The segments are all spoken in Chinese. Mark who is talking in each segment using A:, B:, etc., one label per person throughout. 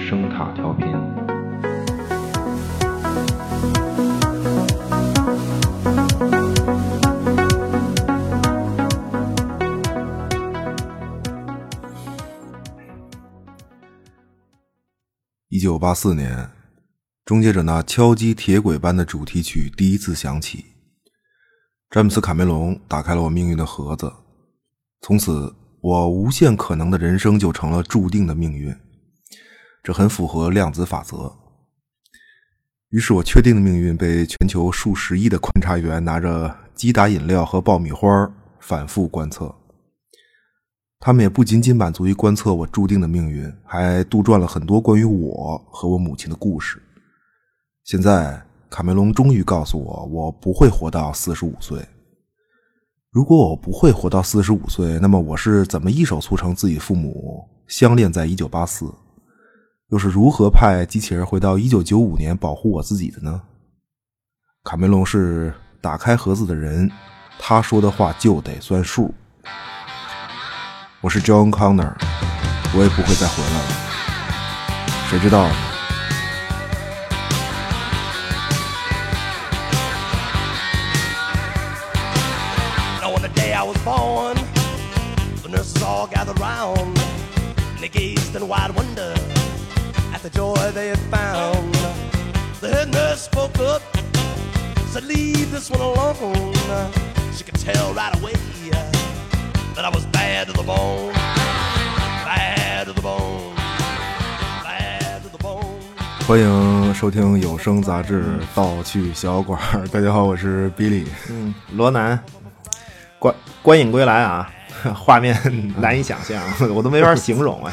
A: 声塔调频。
B: 一九八四年，终结者那敲击铁轨般的主题曲第一次响起，詹姆斯·卡梅隆打开了我命运的盒子，从此我无限可能的人生就成了注定的命运。这很符合量子法则。于是我确定的命运被全球数十亿的观察员拿着鸡打饮料和爆米花儿反复观测。他们也不仅仅满足于观测我注定的命运，还杜撰了很多关于我和我母亲的故事。现在，卡梅隆终于告诉我，我不会活到四十五岁。如果我不会活到四十五岁，那么我是怎么一手促成自己父母相恋在一九八四？又是如何派机器人回到一九九五年保护我自己的呢？卡梅隆是打开盒子的人，他说的话就得算数。我是 John Connor，我也不会再回来了。谁知道？
C: Now on the day I was born, the nurses all gathered round. and They gazed in wide wonder at the joy they had found. The head nurse spoke up, said, Leave this one alone. She could tell right away that I was bad to the bone. Bad to the bone. Bad to the bone.
B: 欢迎收听有声杂志《盗趣小馆》。大家好，我是 Billy。
D: 罗南，观观影归来啊，画面难以想象，我都没法形容啊。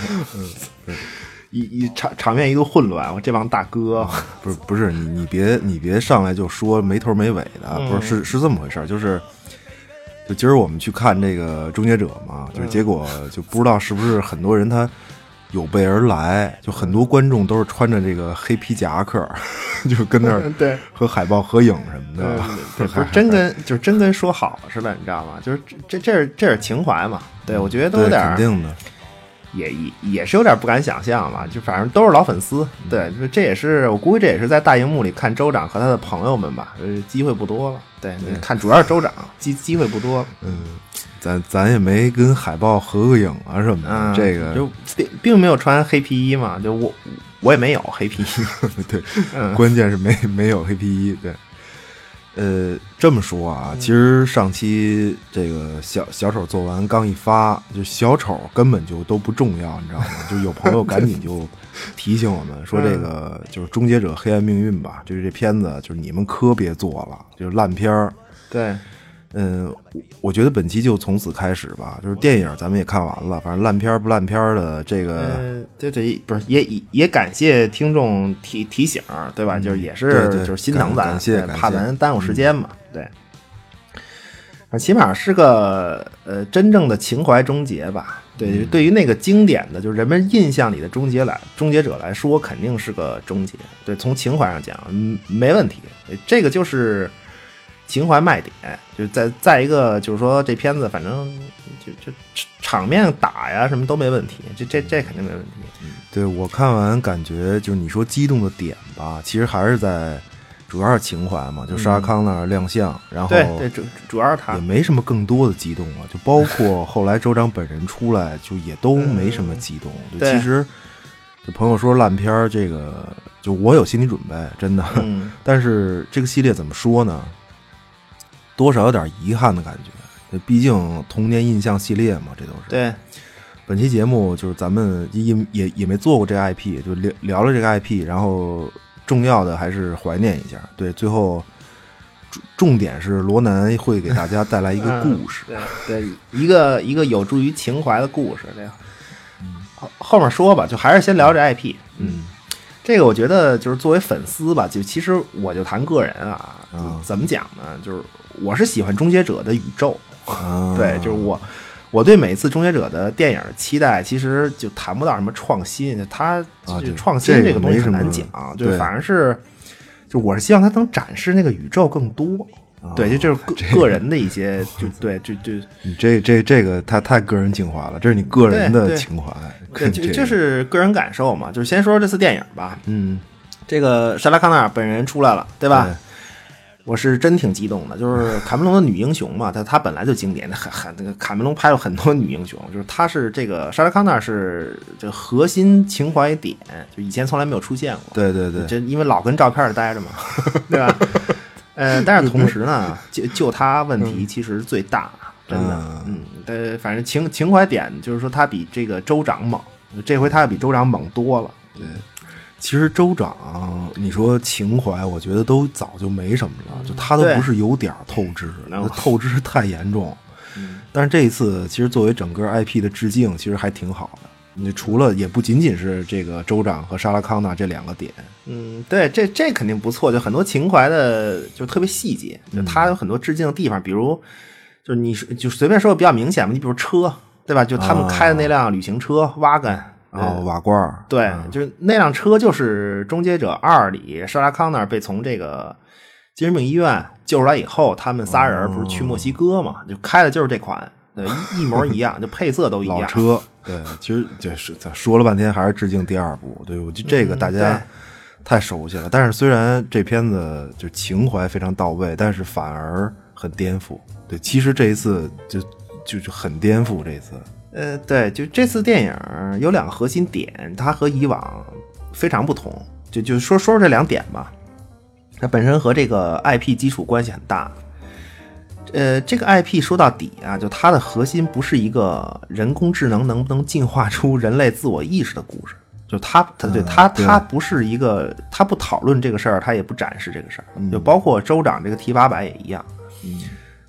D: 一一场场面一度混乱，我这帮大哥，
B: 啊不是不是，你你别你别上来就说没头没尾的，不
D: 嗯
B: 是是是这么回事儿，就是就今儿我们去看这个《终结者》嘛，
D: 嗯
B: 就是结果就不知道是不是很多人他有备而来，就很多观众都是穿着这个黑皮夹克， 就跟那儿
D: 对
B: 和海报合影什么的，
D: 对，不是真跟就是真跟说好似的，你知道吗？就是这这这是这是情怀嘛？对，我觉得都有
B: 对，
D: 点
B: 肯
D: 儿
B: 定的，
D: 也也也是有点不敢想象吧，就反正都是老粉丝，对，就这也是我估计这也是在大荧幕里看州长和他的朋友们吧，呃，机会不多了，对，看主要是州长机机会不多了，
B: 嗯咱咱也没跟海报合个影啊什么的，
D: 嗯，
B: 这个
D: 就并并没有穿黑皮衣嘛，就我我也没有黑皮 衣，
B: 对，
D: 嗯
B: 关键是没没有黑皮衣。对，呃，这么说啊，其实上期这个小小丑做完刚一发，就小丑根本就都不重要，你知道吗？就有朋友赶紧就提醒我们说，这
D: 嗯
B: 个就是《终结者：黑暗命运》吧，就是这片子，就是你们可别做了，就是烂片儿。
D: 对，
B: 嗯，我我觉得本期就从此开始吧，就是电影咱们也看完了，反正烂片儿不烂片儿的，这个、
D: 呃，对对，不是也也也感谢听众提提醒，对吧？就是也
B: 对
D: 是
B: 对
D: 就是心疼咱，
B: 感感谢
D: 对
B: 感谢嗯
D: 怕咱耽误时间嘛，对。啊起码是个呃真正的情怀终结吧。对，
B: 嗯
D: 就是对于那个经典的，就是人们印象里的终结来终结者来说，肯定是个终结。对，从情怀上讲，嗯，没问题。对这个就是情怀卖点，就是再再一个就是说这片子反正就就就场面打呀什么都没问题，这这这肯定没问题。
B: 对我看完感觉就是你说激动的点吧，其实还是在主要是情怀嘛，就沙康那儿亮相，然后
D: 嗯对对，主主要是他
B: 也没什么更多的激动了、就包括后来州长本人出来，就也都没什么激动。就
D: 对
B: 其实就朋友说烂片儿这个，就我有心理准备，真的。
D: 嗯
B: 但是这个系列怎么说呢？多少有点遗憾的感觉，毕竟童年印象系列嘛，这都是。
D: 对。
B: 本期节目就是咱们也也也没做过这个 IP，就聊聊了这个 IP，然后重要的还是怀念一下。对，最后重重点是罗南会给大家带来一个故事
D: 对对，一个一个有助于情怀的故事，这样。后后面说吧，就还是先聊这 IP。
B: 嗯，
D: 这个我觉得就是作为粉丝吧，就其实我就谈个人啊，就怎么讲呢？就是我是喜欢《终结者》的宇宙，
B: 啊，
D: 对，就是我，我对每次《终结者》的电影的期待，其实就谈不到什么创新，就它
B: 啊
D: 就
B: 对
D: 是创新
B: 这个
D: 这个东西
B: 没什
D: 很
B: 么
D: 难讲，就
B: 对
D: 是反而是，就我是希望它能展示那个宇宙更多，
B: 啊
D: 对，就这是个个人的一些，就 对，就就
B: 你这这这个他太个人情怀了，这是你个人
D: 对
B: 的
D: 对
B: 情怀，
D: 对，
B: 这
D: 就就是个人感受嘛。就先说这次电影吧，
B: 嗯，
D: 这个莎拉康纳尔本人出来了，对吧？
B: 对
D: 我是真挺激动的，就是卡梅隆的女英雄嘛，她她本来就经典，很很这个卡梅隆拍了很多女英雄，就是她是这个莎拉康纳尔是这个核心情怀点，就以前从来没有出现过。
B: 对对对，
D: 这因为老跟照片儿待着嘛， 对吧？呃，但是同时呢，就就他问题其实最大，真的，嗯，呃，反正情情怀点就是说他比这个州长猛，这回他比州长猛多了，
B: 其实州长，你说情怀，我觉得都早就没什么了，就他都
D: 嗯对
B: 不是有点儿透支，
D: No
B: 那透支太严重。
D: 嗯
B: 但是这一次，其实作为整个 IP 的致敬，其实还挺好的。你除了也不仅仅是这个州长和莎拉康纳这两个点，
D: 嗯，对，这这肯定不错，就很多情怀的，就特别细节，
B: 嗯
D: 就他有很多致敬的地方，比如就你是就随便说个比较明显嘛，你比如车，对吧？就他们开的
B: 啊
D: 那辆旅行车瓦根。
B: 然后瓦罐儿，
D: 对，就是那辆车就是《终结者二》里莎拉康那儿被从这个精神病医院救出来以后，他们仨人不是去墨
B: 哦
D: 西哥嘛，就开的就是这款，对，一一模一样，就配色都一
B: 老
D: 样。
B: 车，对，其实就是咱说了半天还是致敬第二部，对，我觉得这个大
D: 嗯对
B: 家太熟悉了。但是虽然这片子就情怀非常到位，但是反而很颠覆。对，其实这一次就就就很颠覆这一次。
D: 呃，对，就这次电影有两个核心点，它和以往非常不同。就就说说这两点吧，它本身和这个 IP 基础关系很大。呃，这个 IP 说到底啊，就它的核心不是一个人工智能能不能进化出人类自我意识的故事，就它它对它
B: 对
D: 它不是一个，它不讨论这个事儿，它也不展示这个事儿，就包括州长这个 T 八百也一样。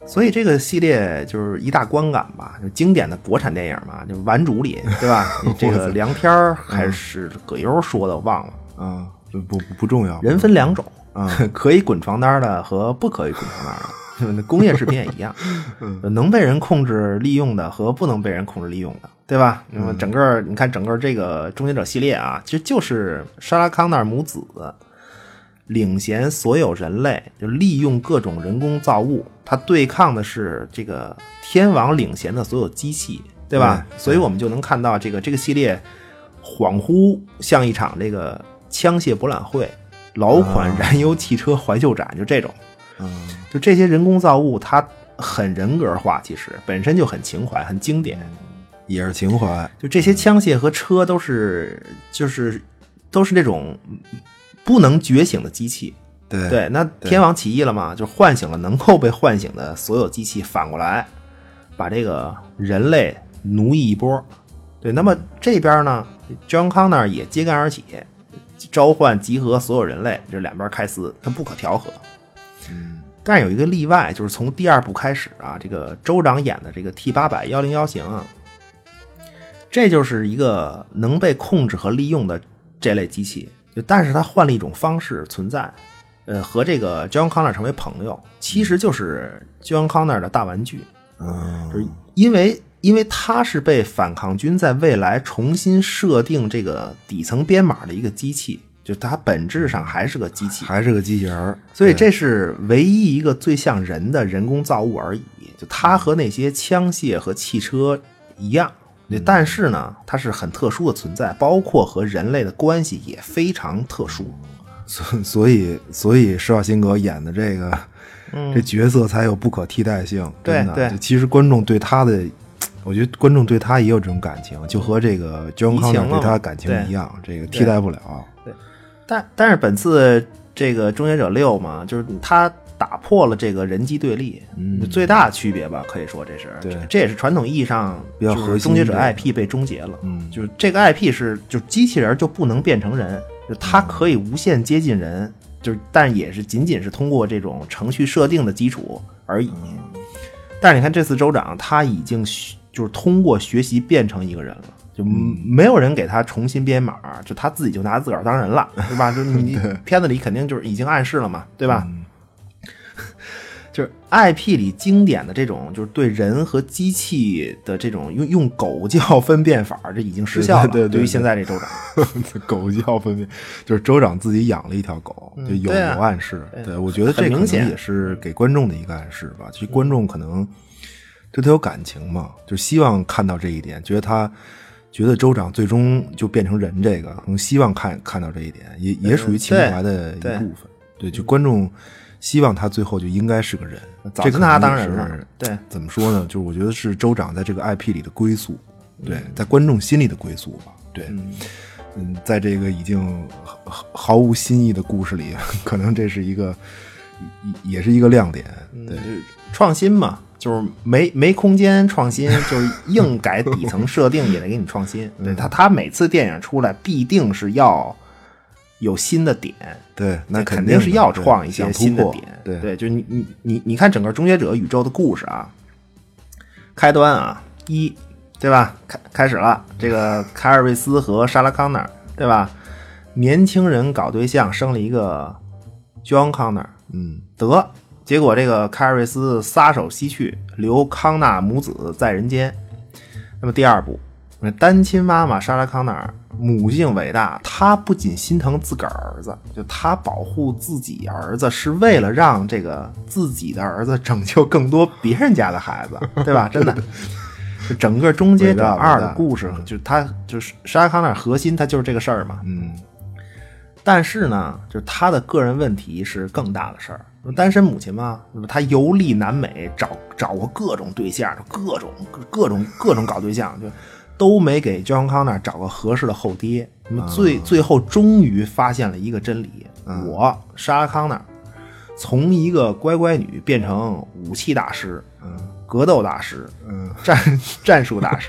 D: 所以这个系列就是一大观感吧，就经典的国产电影嘛，就《顽主》里，对 吧？这个梁天儿还是葛优说的，我忘了。
B: 啊，不不不重 要。
D: 人分两种啊， 可以滚床单的和不可以滚床单的。 那工业制品也一样，能被人控制利用的和不能被人控制利用的，对吧？那么整个你看整个这个终结者系列啊，其实就是莎拉康纳尔母子领衔所有人类，就利用各种人工造物，它对抗的是这个天王领衔的所有机器，对吧？所以我们就能看到这个这个系列恍惚像一场这个枪械博览会，老款燃油汽车怀旧展，就这种，
B: 嗯，
D: 就这些人工造物，它很人格化，其实本身就很情怀，很经典。
B: 也是情怀。
D: 就这些枪械和车都是，就是都是那种不能觉醒的机器。
B: 对
D: 对，那天王起义了嘛，就唤醒了能够被唤醒的所有机器，反过来把这个人类奴役一波。对，那么这边呢，John Connor 也揭竿而起，召唤集合所有人类，这两边开撕，它不可调和。
B: 嗯
D: 但是有一个例外，就是从第二部开始啊，这个州长演的这个 T 八百幺零幺型啊，这就是一个能被控制和利用的这类机器，就但是它换了一种方式存在，呃，和这个 John Connor 成为朋友，其实就是 John Connor 的大玩具，
B: 嗯，
D: 就是因为因为它是被反抗军在未来重新设定这个底层编码的一个机器，就它本质上还是个机器，
B: 还是个机器人儿。
D: 所以这是唯一一个最像人的人工造物而已。就它和那些枪械和汽车一样，
B: 嗯
D: 但是呢，它是很特殊的存在，包括和人类的关系也非常特殊。
B: 所 所以所以施瓦辛格演的这个、这角色才有不可替代性。
D: 嗯对
B: 真的
D: 对
B: 就其实观众对他的，我觉得观众对他也有这种感情，就和这个 John
D: 移情了
B: Connor 对
D: 嘛
B: 他感情
D: 对
B: 一样，这个替代不了。
D: 但但是本次这个《终结者六》嘛，就是它打破了这个人机对立，嗯、最大的区别吧，可以说这是
B: 对
D: 这也是传统意义上
B: 比较
D: 就是
B: 核心
D: 终结者
B: 的
D: IP 被终结了，
B: 嗯
D: 就是这个 IP 是就机器人就不能变成人，就它可以无限接近人，就是但也是仅仅是通过这种程序设定的基础而已。但是你看这次州长，他已经学就是通过学习变成一个人了，就没有人给他重新编码，就他自己就拿自个儿当人 啊嗯
B: 啊
D: 了，对吧？就你片子里肯定就是已经暗示了嘛，对吧？
B: 就是 IP 里经典的这种，就是对人和机器的这种用用狗叫分辨法，这已经失效了。
D: 对对对对
B: 于现在这州长，
D: 狗叫分辨，就是州长自己养了一条狗，就有
B: 对啊
D: 有暗示。
B: 对
D: 对，我觉得这
B: 很
D: 可
B: 明
D: 能
B: 显嗯
D: 也是给观众的一个暗示吧。其实观众可能对他有感情嘛，就希望看到这一点，觉得他觉得州长最终就变成人，这个可能希望看看到这一点，也也属于情怀的一部
B: 嗯对嗯
D: 分。对，就观众希望他最后就应该是个人。
B: 早
D: 这可
B: 就
D: 能
B: 那
D: 也
B: 当然
D: 是
B: 了对，
D: 怎么说呢？就是我觉得是州长在这个 IP 里的归宿，对，
B: 嗯
D: 在观众心里的归宿吧。对，嗯，在这个已经毫毫毫无新意的故事里，可能这是一个也也是一个亮点。
B: 嗯
D: 对，
B: 创新嘛，就是没没空间创新， 就是硬改底层设定也得给你创新。
D: 嗯
B: 对他，他每次电影出来必定是要有新的点，
D: 对，那
B: 那肯
D: 定
B: 是要
D: 的对
B: 创一些
D: 想突
B: 新的
D: 破
B: 点。
D: 对，
B: 就你你你你看整个《终结者》宇宙的故事啊，开端啊，一对吧？开开始了，这个凯尔瑞斯和莎拉康纳儿对吧？年轻人搞对象，生了一个 John Connor，
D: 嗯，
B: 得，结果这个凯尔瑞斯撒手西去，留康纳母子在人间。那么第二步，单亲妈妈莎拉康纳尔母性伟大，她不仅心疼自个儿儿子，就她保护自己儿子是为了让这个自己的儿子拯救更多别人家的孩子，对吧？ 真的。就整个《终结者
D: 伟大伟大
B: 二》的故事，就他就是莎拉康纳尔核心，他就是这个事儿嘛。
D: 嗯，
B: 但是呢，就是他的个人问题是更大的事儿。单身母亲嘛，她游历南美，找找过各种对象，各种各各种各种搞对象，就都没给焦阳康那儿找个合适的后爹。那么最、最后终于发现了一个真理：我沙拉康那儿从一个乖乖女变成武器大师，嗯，格斗大师，嗯，战 战术大师，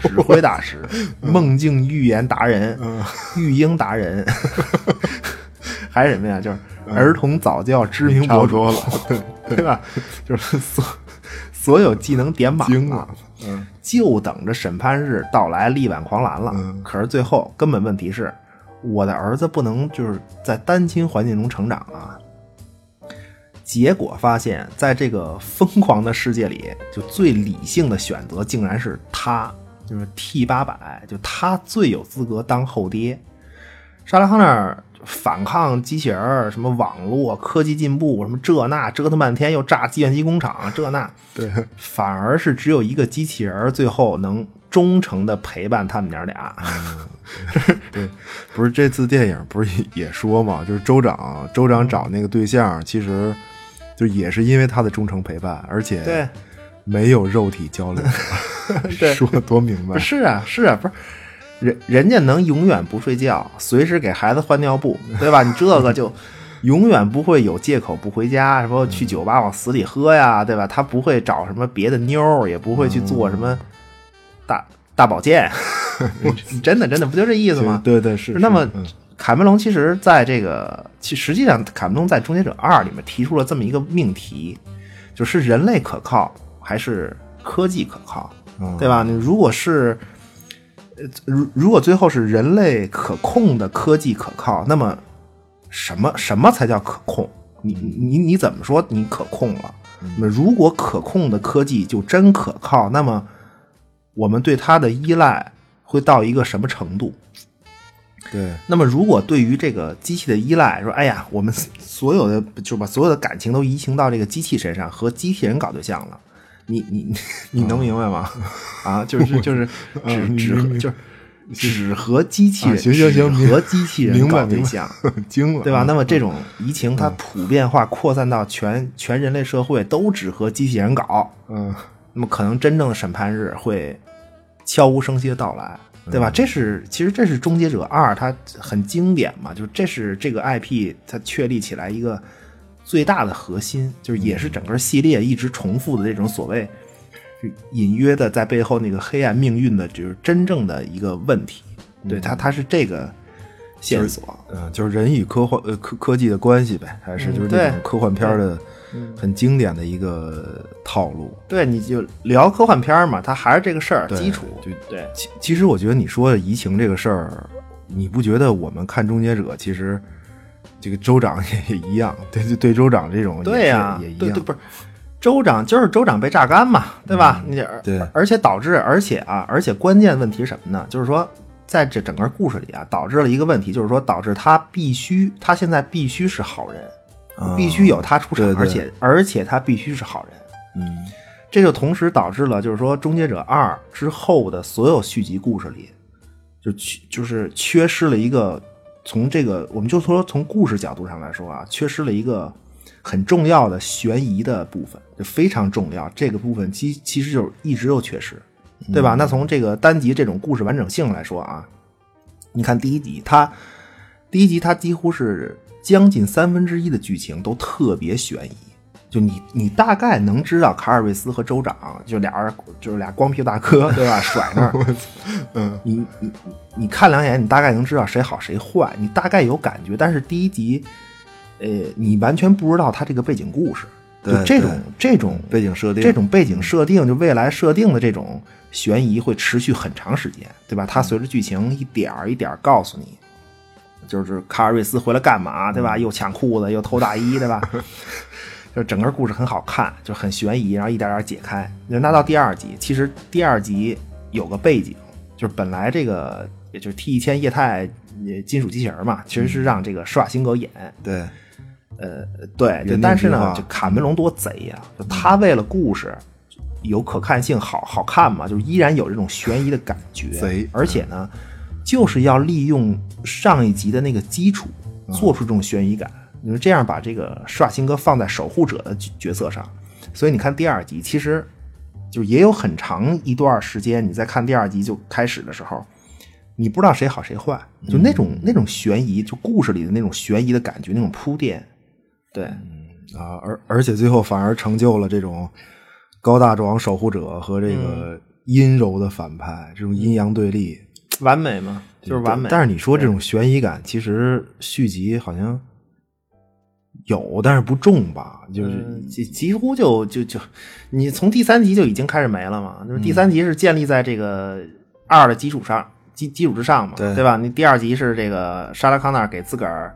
B: 指挥大师，梦境预言达人，嗯，育婴达 人，还是什么呀？就是儿童早教知嗯名博主了， 对吧？就是所所有技能点满
D: 惊
B: 了
D: 了。嗯，
B: 就等着审判日到来，力挽狂澜了。
D: 嗯
B: 可是最后根本问题是，我的儿子不能就是在单亲环境中成长啊。结果发现，在这个疯狂的世界里，就最理性的选择竟然是他，就是 T 八百，就他最有资格当后爹。沙拉康那儿反抗机器人儿，什么网络科技进步，什么这那折腾半天，又炸计算机工厂，这那。
D: 对，
B: 反而是只有一个机器人儿最后能忠诚的陪伴他们娘俩。
D: 不是这次电影不是也说嘛，就是州长州长找那个对象，其实就也是因为他的忠诚陪伴，而且
B: 对，
D: 没有肉体交流，
B: 对
D: 说的多明白
B: 不。是啊，是啊，不是。人人家能永远不睡觉，随时给孩子换尿布，对吧？你这个就 永远不会有借口不回家，什么去酒吧往死里喝呀，对吧？他不会找什么别的妞儿，也不会去做什么大大保健，
D: 嗯
B: 真的真的不就这意思吗？
D: 对对是。
B: 那么
D: 是嗯，
B: 卡梅隆其实在这个，其实际上卡梅隆在《终结者二》里面提出了这么一个命题，就是人类可靠还是科技可靠，
D: 嗯
B: 对吧？你如果是，呃，如如果最后是人类可控的科技可靠，那么什么什么才叫可控？你你你怎么说你可控了？
D: 嗯
B: 那么如果可控的科技就真可靠，那么我们对它的依赖会到一个什么程度？
D: 对，
B: 那么，如果对于这个机器的依赖，说，哎呀，我们所有的就把所有的感情都移情到这个机器身上，和机器人搞对象了，你你 你你能明白吗？ 啊，就是就是只
D: 嗯
B: 只
D: 明
B: 和
D: 明
B: 就是只和机器人，
D: 啊行行行
B: 只和机器人
D: 明白
B: 搞对
D: 明白
B: 象，
D: 惊了，啊
B: 对吧？那么这种移情它普遍化扩散到全全人类社会，都只和机器人搞，
D: 嗯？
B: 那么可能真正的审判日会悄无声息的到来，
D: 嗯
B: 对吧？这是其实这是《终结者二》，它很经典嘛，就是这是这个 IP 它确立起来一个最大的核心，就是也
D: 嗯
B: 是整个系列一直重复的这种所谓就隐约的在背后那个黑暗命运的，就是真正的一个问题。对它，它是这个线索。
D: 嗯，就是人与科幻呃科科技的关系呗，还是
B: 嗯
D: 就是那
B: 对
D: 种科幻片儿的
B: 嗯
D: 很经典的一个套路。
B: 对，你就聊科幻片儿嘛，它还是这个事儿
D: 对
B: 基础。
D: 就
B: 对，
D: 其其实我觉得你说的移情这个事儿，你不觉得我们看《终结者》其实这个州长也也一样，对对对，州长这种也
B: 对呀、
D: 是也一样，
B: 对对不是。州长就是州长被榨干嘛，对吧？你
D: 嗯对
B: 而且导致，而且啊，而且关键问题是什么呢？就是说，在这整个故事里啊，导致了一个问题，就是说导致他必须，他现在必须是好人，
D: 啊
B: 必须有他出场，
D: 对对
B: 而且而且他必须是好人。
D: 嗯
B: 这就同时导致了，就是说《终结者二》啊之后的所有续集故事里，就缺就是缺失了一个从这个我们就说从故事角度上来说啊，缺失了一个很重要的悬疑的部分，就非常重要。这个部分其其实就是一直都缺失，
D: 嗯
B: 对吧？那从这个单集这种故事完整性来说啊，你看第一集，它第一集它几乎是将近三分之一的剧情都特别悬疑，就你你大概能知道卡尔维斯和州长就俩人就是俩光屁股大哥对吧？甩那儿，嗯，你你你看两眼，你大概能知道谁好谁坏，你大概有感觉，但是第一集，呃，你完全不知道他这个背景故事，就
D: 对
B: 这种
D: 对
B: 这
D: 背
B: 种
D: 景设定
B: 这种背景设定，就未来设定的这种悬疑会持续很长时间，对
D: 嗯
B: 吧？它随着剧情一点儿一点儿告诉你，就是卡尔瑞斯回来干嘛，对吧？
D: 嗯
B: 又抢裤子，又偷大衣，对吧？就整个故事很好看，就很悬疑，然后一点点解开。那到第二集，其实第二集有个背景，就是本来这个也就是 T 一千液态呃金属机器人嘛，其实是让这个施瓦辛格演，
D: 嗯对，
B: 呃，对对，
D: 定
B: 但是
D: 计
B: 呢
D: 划，
B: 这卡梅隆多贼呀、就他为了故事有可看性好，好看嘛，就是依然有这种悬疑的感觉。
D: 贼
B: 而且呢，就是要利用上一集的那个基础，做出这种悬疑感。你说这样把这个施瓦辛格放在守护者的角角色上，所以你看第二集，其实就是也有很长一段时间，你在看第二集就开始的时候，你不知道谁好谁坏，就那种、那种悬疑，就故事里的那种悬疑的感觉，那种铺垫。对，
D: 啊，而而且最后反而成就了这种高大壮守护者和这个
B: 嗯
D: 阴柔的反派、这种阴阳对立，
B: 完美嘛，嗯就是完美。
D: 但
B: 是
D: 是你说这种悬疑感，其实续集好像有，但是不重吧？就是、
B: 几几乎就就就，你从第三集就已经开始没了嘛，就是第三集是建立在这个二的基础上，基基础之上嘛，
D: 对
B: 对吧？你第二集是这个莎拉康纳尔给自个儿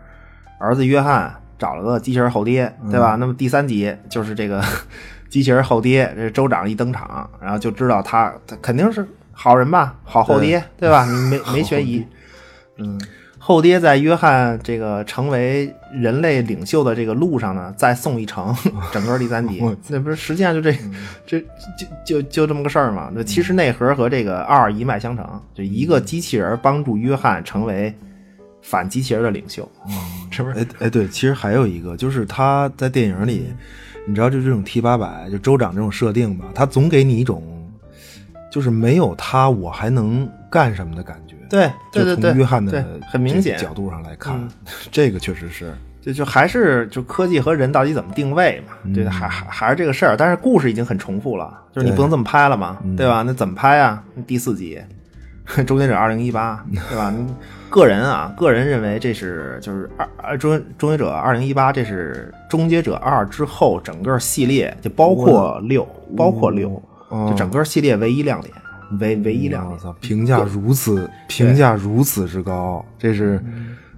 B: 儿子约翰找了个机器人后爹，对吧？那么第三集就是这个 机器人后爹，这州长一登场，然后就知道他他肯定是好人吧，好后爹，对吧？你没没悬疑，嗯后爹在约翰这个成为人类领袖的这个路上呢，再送一程，整个第三集，那不是实际上就这，这就就就这么个事儿嘛。那其实内核和这个二一脉相承，就一个机器人帮助约翰成为反机器人的领袖，是 不是？
D: 哎哎，对，其实还有一个就是他在电影里，
B: 嗯
D: 你知道，就这种 T 八百，就州长这种设定吧，他总给你一种就是没有他我还能干什么的感觉。
B: 对对对
D: 就
B: 对，
D: 从约翰的
B: 对很明显嗯
D: 这个角度上来看， 这个确实是
B: 就就还是就科技和人到底怎么定位嘛，对，
D: 嗯
B: 还还还是这个事儿，但是故事已经很重复了，就是你
D: 对嗯
B: 不能这么拍了嘛，对吧？那怎么拍啊？第四集， 《终结者二零一八》，对吧？你个人啊，个人认为这是就是二呃二终终结者二零一八，这是《终结者二》之后整个系列，就包括六，包括六，
D: 哦
B: 就整个系列唯一亮点，唯唯一亮
D: 嗯我
B: 点。
D: 操，评价如此评价如此之高，这是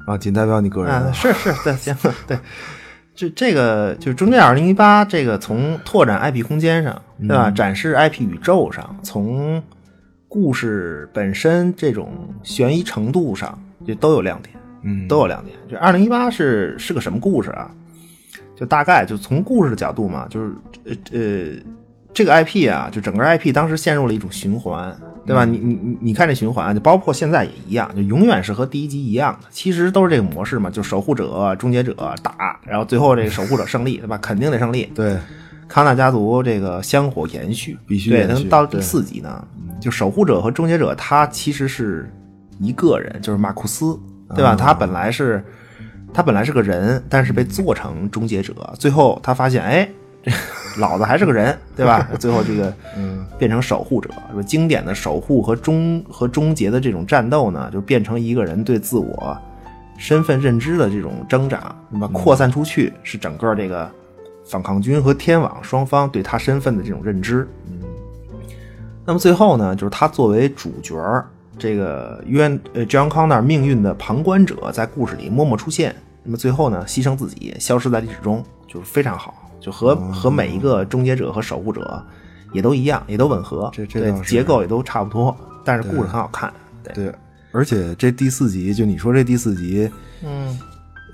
D: 啊，仅代表你个人
B: 嗯，
D: 啊。
B: 是是，对，行，对，这这个就是《终结者二零一八》这个从拓展 IP 空间上，对吧？展示 IP 宇宙上，从故事本身这种悬疑程度上，就都有亮点，
D: 嗯
B: 都有亮点。就二零一八是是个什么故事啊？就大概就从故事的角度嘛，就是呃呃，这个 IP 啊，就整个 IP 当时陷入了一种循环，对吧？你你你你看这循环，就包括现在也一样，就永远是和第一集一样的，其实都是这个模式嘛，就守护者、终结者打，然后最后这个守护者胜利，对吧？肯定得胜利。
D: 对，
B: 康纳家族这个香火延续，
D: 必须
B: 对。
D: 延续
B: 那么到第
D: 对
B: 四集呢，就守护者和终结者他其实是一个人，就是马库斯，
D: 嗯
B: 对吧？他本来是他本来是个人，但是被做成终结者，最后他发现，哎， 这老子还是个人，对吧？ 最后这个
D: 嗯
B: 变成守护者，说经典的守护和终和终结的这种战斗呢，就变成一个人对自我身份认知的这种挣扎，那
D: 嗯
B: 么扩散出去是整个这个反抗军和天网双方对他身份的这种认知。嗯，那么最后呢，就是他作为主角儿，这个约呃 John Connor 命运的旁观者，在故事里默默出现。那么最后呢，牺牲自己，消失在历史中，就是非常好，就和
D: 嗯
B: 和每一个终结者和守护者也都一样，也都吻合，
D: 这这
B: 对
D: 倒是
B: 结构也都差不多，但是故事很好看，对，
D: 对，而且这第四集，就你说这第四集，
B: 嗯，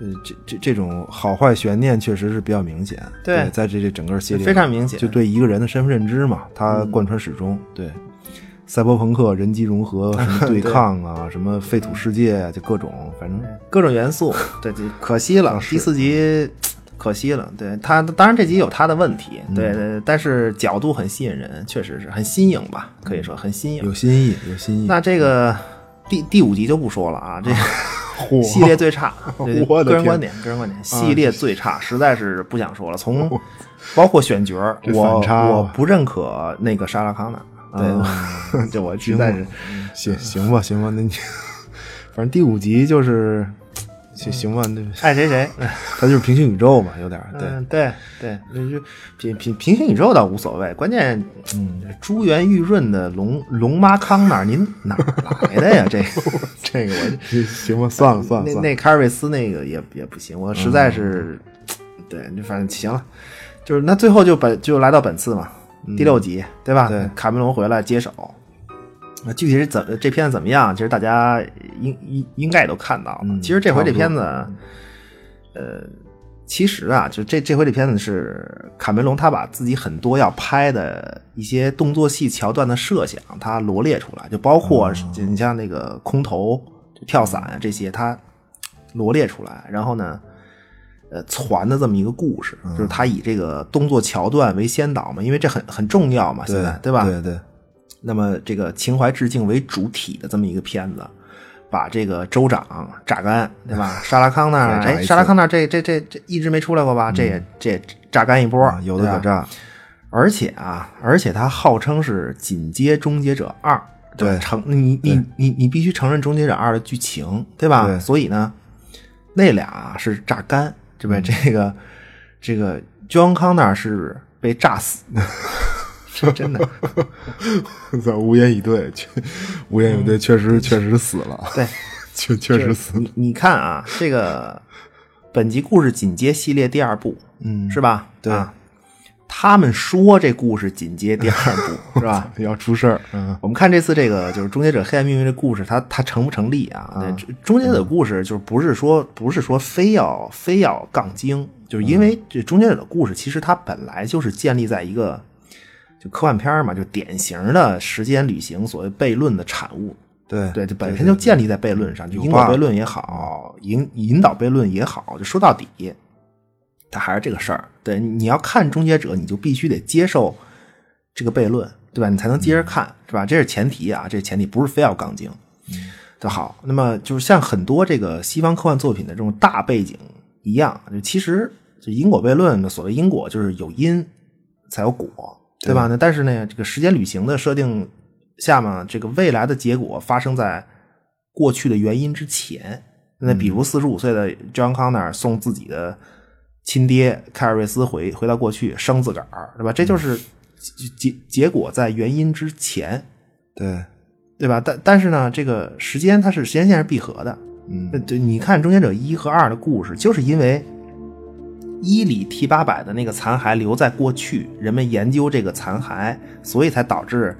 D: 呃，这这这种好坏悬念确实是比较明显。
B: 对
D: 在这这整个系列
B: 非常明显嗯
D: 就对一个人的身份认知嘛，它贯穿始终。对，赛博朋克、人机融 合、什么对抗啊，什么废土世界，啊就各种，反正
B: 各种元素， 对，这可惜了，第四集。可惜了，对他当然这集有他的问题，
D: 嗯
B: 对，对但是角度很吸引人，确实是很新颖吧，可以说很新颖。
D: 有新意，有新意。
B: 那这个第第五集就不说 了啊，这个系列最差，对
D: 我的
B: 个
D: 天
B: 人
D: 啊
B: 观点，个人观点，系列最差，实在是不想说了。从包括选角儿，
D: 这
B: 我
D: 反差啊
B: 我
D: 吧
B: 不认可那个莎拉康纳，对，
D: 啊
B: 我 就我实在是
D: 行行吧，行吧，那你反正第五集就是，行行吧，那
B: 爱 谁谁，
D: 它就是平行宇宙嘛，有点儿对。
B: 嗯，对对，那就平平平行宇宙倒无所谓，关键嗯，珠圆玉润的龙龙妈康纳，您哪儿来的呀？ 这个这个我。
D: 行吧，算了算了
B: 那
D: 算了，
B: 那卡尔维斯那个也也不行，我实在是，
D: 嗯
B: 对，反正行了，就是那最后就本就来到本次嘛，第六集、对吧？
D: 嗯对
B: 卡梅隆回来接手。那具体是怎么这片子怎么样？其实大家应应应该也都看到了。
D: 嗯
B: 其实这回这
D: 差
B: 片
D: 不
B: 子，呃，其实啊，就这这回这片子是卡梅隆他把自己很多要拍的一些动作戏桥段的设想，他罗列出来，就包括就你像那个空投、跳伞啊这些，他罗列出来，然后呢，呃，传的这么一个故事，就是他以这个动作桥段为先导嘛，因为这很很重要嘛，现
D: 对
B: 在对吧？
D: 对对，
B: 那么这个情怀致敬为主体的这么一个片子，把这个州长榨干，对 吧？沙拉康那儿，
D: 再榨一
B: 哎，
D: 次嗯
B: 沙拉康那儿这这这这一直没出来过吧？这也这也榨干一波
D: 啊，有的可
B: 对吧。
D: 炸，
B: 而且啊，而且他号称是紧接《终结者二》，
D: 对
B: 就是承你你你你必须承认《终结者二》的剧情，对吧？
D: 对
B: 所以呢，那俩是榨干，
D: 嗯
B: 对吧？这个这个 John Connor 是被炸死， 是真的。
D: 在无言以对，确无言以对，确实确实死了，
B: 对，
D: 确确实死，
B: 你你看啊，这个本集故事紧接系列第二部，
D: 嗯
B: 是吧？
D: 对
B: 啊他们说这故事紧接第二 部，是吧？
D: 要出事儿，嗯，
B: 我们看这次这个就是《终结者：黑暗命运》这故事，它它成不成立啊？
D: 嗯
B: 对，这终结者的故事就是不是说不是说非要非要杠精，就是因
D: 嗯
B: 为这终结者的故事其实它本来就是建立在一个就科幻片儿嘛，就典型的时间旅行所谓悖论的产物。
D: 对
B: 对，嗯这本身就建立在悖论上，就因果悖论也好，引引导悖论也好，就说到底，它还是这个事儿。对，你要看《终结者》，你就必须得接受这个悖论，对吧？你才能接着看，是吧？这是前提啊，这是前提，不是非要杠精。就好，那么就是像很多这个西方科幻作品的这种大背景一样，就其实就因果悖论的所谓因果就是有因才有果，对吧？那但是呢，这个时间旅行的设定下嘛，这个未来的结果发生在过去的原因之前。那比如四十五岁的 John Connor 送自己的亲爹凯尔瑞斯回回到过去生自个儿，对吧？这就是结结结果在原因之前，
D: 对，
B: 对吧？但但是呢，这个时间它是时间线是闭合的。
D: 嗯
B: 那对，你看《终结者一》和二的故事，就是因为一里 T 八百的那个残骸留在过去，人们研究这个残骸，所以才导致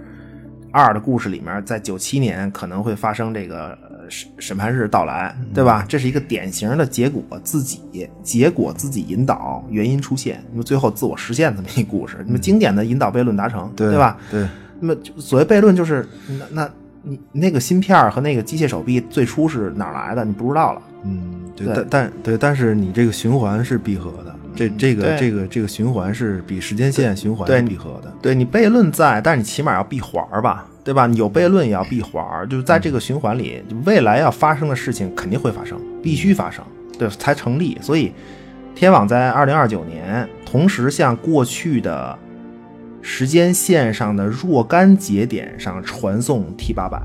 B: 二的故事里面在九七年可能会发生这个呃审审判日到来，
D: 嗯
B: 对吧？这是一个典型的结果自己结果自己引导原因出现，那么最后自我实现这么一故事，那么经典的引导悖论达成，
D: 嗯对
B: 对吧？
D: 对，
B: 那么就所谓悖论就是，那那你你那个芯片儿和那个机械手臂最初是哪儿来的，你不知道了。
D: 嗯，对，
B: 对
D: 但但对，但是你这个循环是闭合的，这这个
B: 对
D: 这个这个循环是比时间线循环
B: 对
D: 是闭合的，
B: 对你悖论在，但是你起码要闭环儿吧，对吧？你有悖论也要闭环儿，就是在这个循环里，就未来要发生的事情肯定会发生，必须发生，对，才成立。所以，天网在二零二九年同时向过去的时间线上的若干节点上传送 T 八百，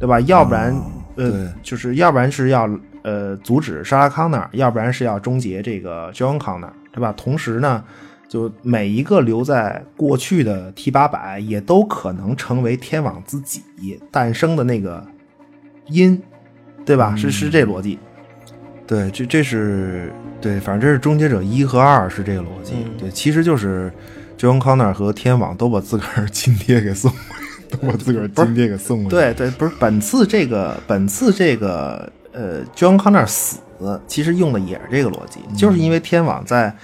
B: 对吧？要不然，
D: 哦对
B: 呃，就是要不然是要呃阻止莎拉康纳，要不然是要终结这个 John 康纳，对吧？同时呢，就每一个留在过去的 T 八百也都可能成为天网自己诞生的那个因，对吧？是是这逻辑。嗯对，这这是对，反正这是终结者一和二是这个逻辑。对，其实就是 John Connor 和天网都把自个儿 亲爹给送回，都把自个儿亲爹给送回。对对，不是本次这个本次这个呃 John Connor 死，其实用的也是这个逻辑，就是因为天网在。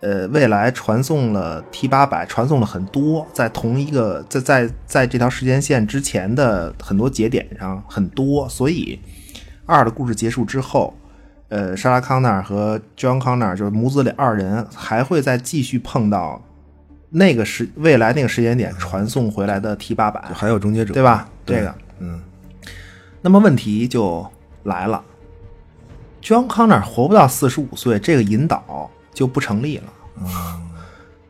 B: 呃，未来传送了 T 八百，传送了很多，在同一个在在在这条时间线之前的很多节点上很多，所以二的故事结束之后，呃，莎拉康纳尔和 John 康纳尔就是母子俩二人还会再继续碰到那个时未来那个时间点传送回来的 T 八百，
E: 还有终结者，
B: 对吧？
E: 对
B: 这个，嗯，那么问题就来了，John Connor 活不到四十五岁，这个引导就不成立了，嗯，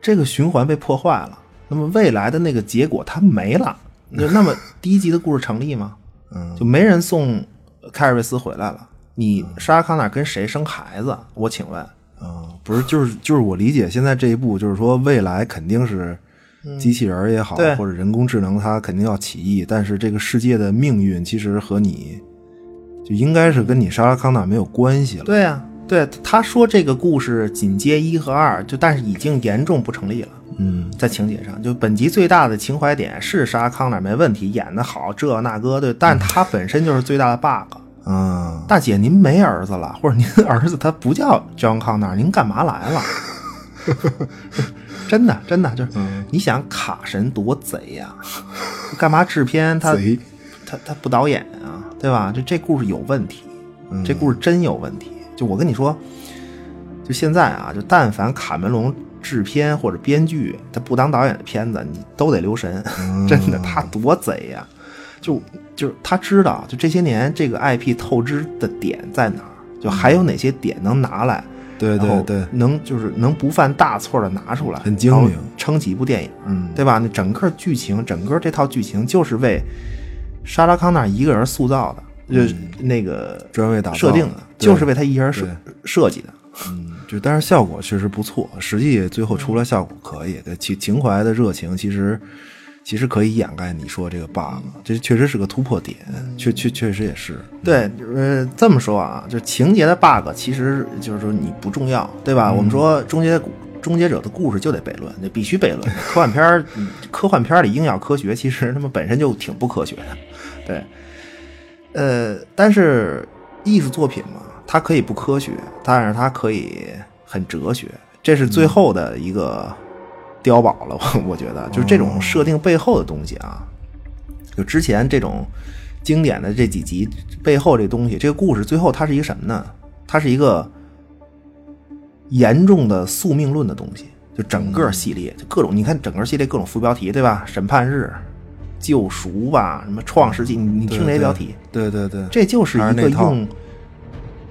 B: 这个循环被破坏了，那么未来的那个结果它没了，那那么第一集的故事成立吗？ 嗯，就没人送凯尔维斯回来了，你莎拉康纳跟谁生孩子？我请问，
E: 嗯，不是，就是就是我理解现在这一步，就是说未来肯定是机器人儿也好，
B: 嗯对
E: 或者人工智能它肯定要起义，但是这个世界的命运其实和你就应该是跟你莎拉康纳没有关系了。
B: 对呀、对，他说这个故事紧接一和二，就但是已经严重不成立了。嗯，在情节上，就本集最大的情怀点是沙康那儿没问题，演的好，这那个对，但他本身就是最大的 bug。
E: 嗯，
B: 大姐，您没儿子了，或者您儿子他不叫 John Connor，您干嘛来了？ 真的，真的就是，
E: 嗯
B: 你想卡神多贼呀、干嘛制片他
E: 贼
B: 他他不导演啊，对吧？这这故事有问题，这故事真有问题。就我跟你说，就现在啊，就但凡卡梅隆制片或者编剧他不当导演的片子，你都得留神，真的，他多贼呀、就就是他知道，就这些年这个 IP 透支的点在哪儿，就还有哪些点能拿来，
E: 对
B: 然后
E: 对对，
B: 能就是能不犯大错的拿出来，
E: 很精明
B: 然后撑起一部电影，嗯，对吧？那整个剧情，整个这套剧情就是为莎拉康纳一个人塑造的，就是那个
E: 嗯专为打造
B: 设定的，
E: 对
B: 就是为他一人设
E: 对
B: 设计的，
E: 嗯就但是效果确实不错，实际最后
B: 嗯
E: 出来效果可以。对情情怀的热情其实其实可以掩盖你说这个 bug，这啊确实是个突破点，确确确实也是。
B: 对，呃，这么说啊，就是情节的 bug，其实就是说你不重要，对吧？
E: 嗯
B: 我们说终结终结者的故事就得悖论，那必须 悖论。科幻片儿，嗯科幻片儿里硬要科学，其实他们本身就挺不科学的，对。呃，但是艺术作品嘛，它可以不科学，但是它可以很哲学，这是最后的一个碉堡了。 我我觉得，就是这种设定背后的东西啊，就之前这种经典的这几集背后这东西，这个故事最后它是一个什么呢？它是一个严重的宿命论的东西，就整个系列，就各种你看整个系列各种副标题对吧？审判日、救赎吧，什么创世纪，你你听这些标题，
E: 对对对，
B: 这就是
E: 嗯还
B: 一
E: 是
B: 个
E: 那套
B: 用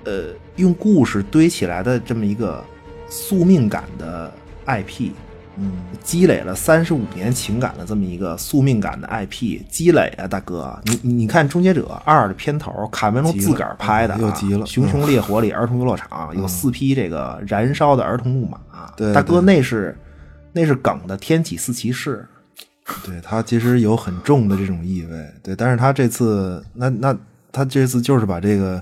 B: 呃用故事堆起来的这么一个宿命感的 IP，
E: 嗯，
B: 积累了三十五年情感的这么一个宿命感的 IP 积累啊，大哥，你你你看《终结者二》的片头，卡梅隆自个儿拍的、啊，
E: 又急了嗯
B: 熊熊烈火》里儿童游乐场有四匹这个燃烧的儿童木马，
E: 对
B: 大哥那是那是梗的天启四骑士，
E: 对他其实有很重的这种意味，对，但是他这次那那他这次就是把这个，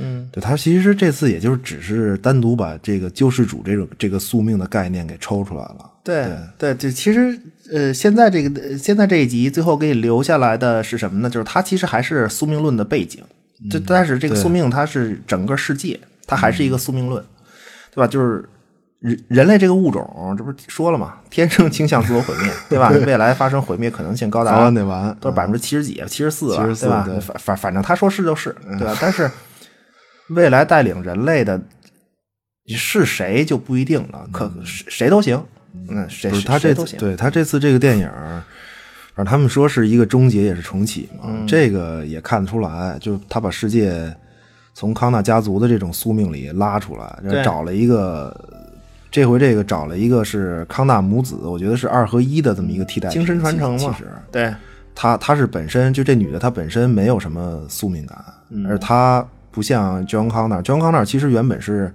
E: 嗯，对他其实这次也就是只是单独把这个救世主这种这个宿命的概念给抽出来了，
B: 对对，就其实呃，现在这个呃现在这一集最后给你留下来的是什么呢？就是它其实还是宿命论的背景，就但是这个
E: 嗯对嗯
B: 宿命它是整个世界，它还是一个宿命论，对吧？就是人人类这个物种，这不是说了吗？天生倾向自我毁灭，对 吧？未来发生毁灭可能性高达
E: 早晚得完，嗯
B: 都是百分之七十几、七十四吧，
E: 74
B: 对吧？
E: 对嗯
B: 反反反正他说是就是，对吧？但是未来带领人类的是谁就不一定了，可谁谁都行，嗯，谁
E: 不是
B: 谁
E: 他
B: 谁
E: 这
B: 都
E: 次
B: 行，
E: 对他这次这个电影儿，反正他们说是一个终结也是重启嘛，
B: 嗯
E: 这个也看得出来，就他把世界从康纳家族的这种宿命里拉出来，然
B: 对
E: 后找了一个。这回这个找了一个是康纳母子，我觉得是二合一的这么一个替代品
B: 精神传
E: 其
B: 承嘛
E: 其实，
B: 对
E: 她她是本身就这女的，她本身没有什么宿命感，
B: 嗯
E: 而她不像 John Connor，John Connor 其实原本是，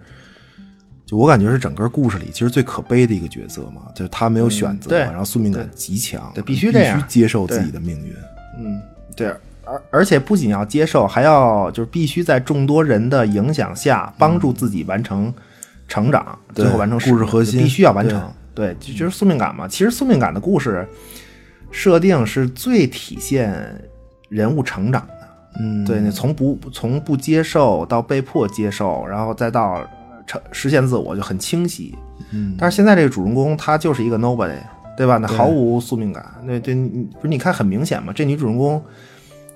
E: 就我感觉是整个故事里其实最可悲的一个角色嘛，就是她没有选择，
B: 对
E: 然后宿命感极强，
B: 对必须这样
E: 必须接受自己的命运，
B: 嗯，对，而而且不仅要接受，还要就是必须在众多人的影响下，帮助自己完成成长，
D: 对
B: 最后完成使命
D: 故事核心
B: 必须要完成。对，就就是宿命感嘛。其实宿命感的故事设定是最体现人物成长的。
D: 嗯，
B: 对，你从不从不接受到被迫接受，然后再到呃成实现自我，就很清晰。
D: 嗯，
B: 但是现在这个主人公他就是一个 nobody，对吧？那毫无宿命感。对对，你不是你看很明显嘛？这女主人公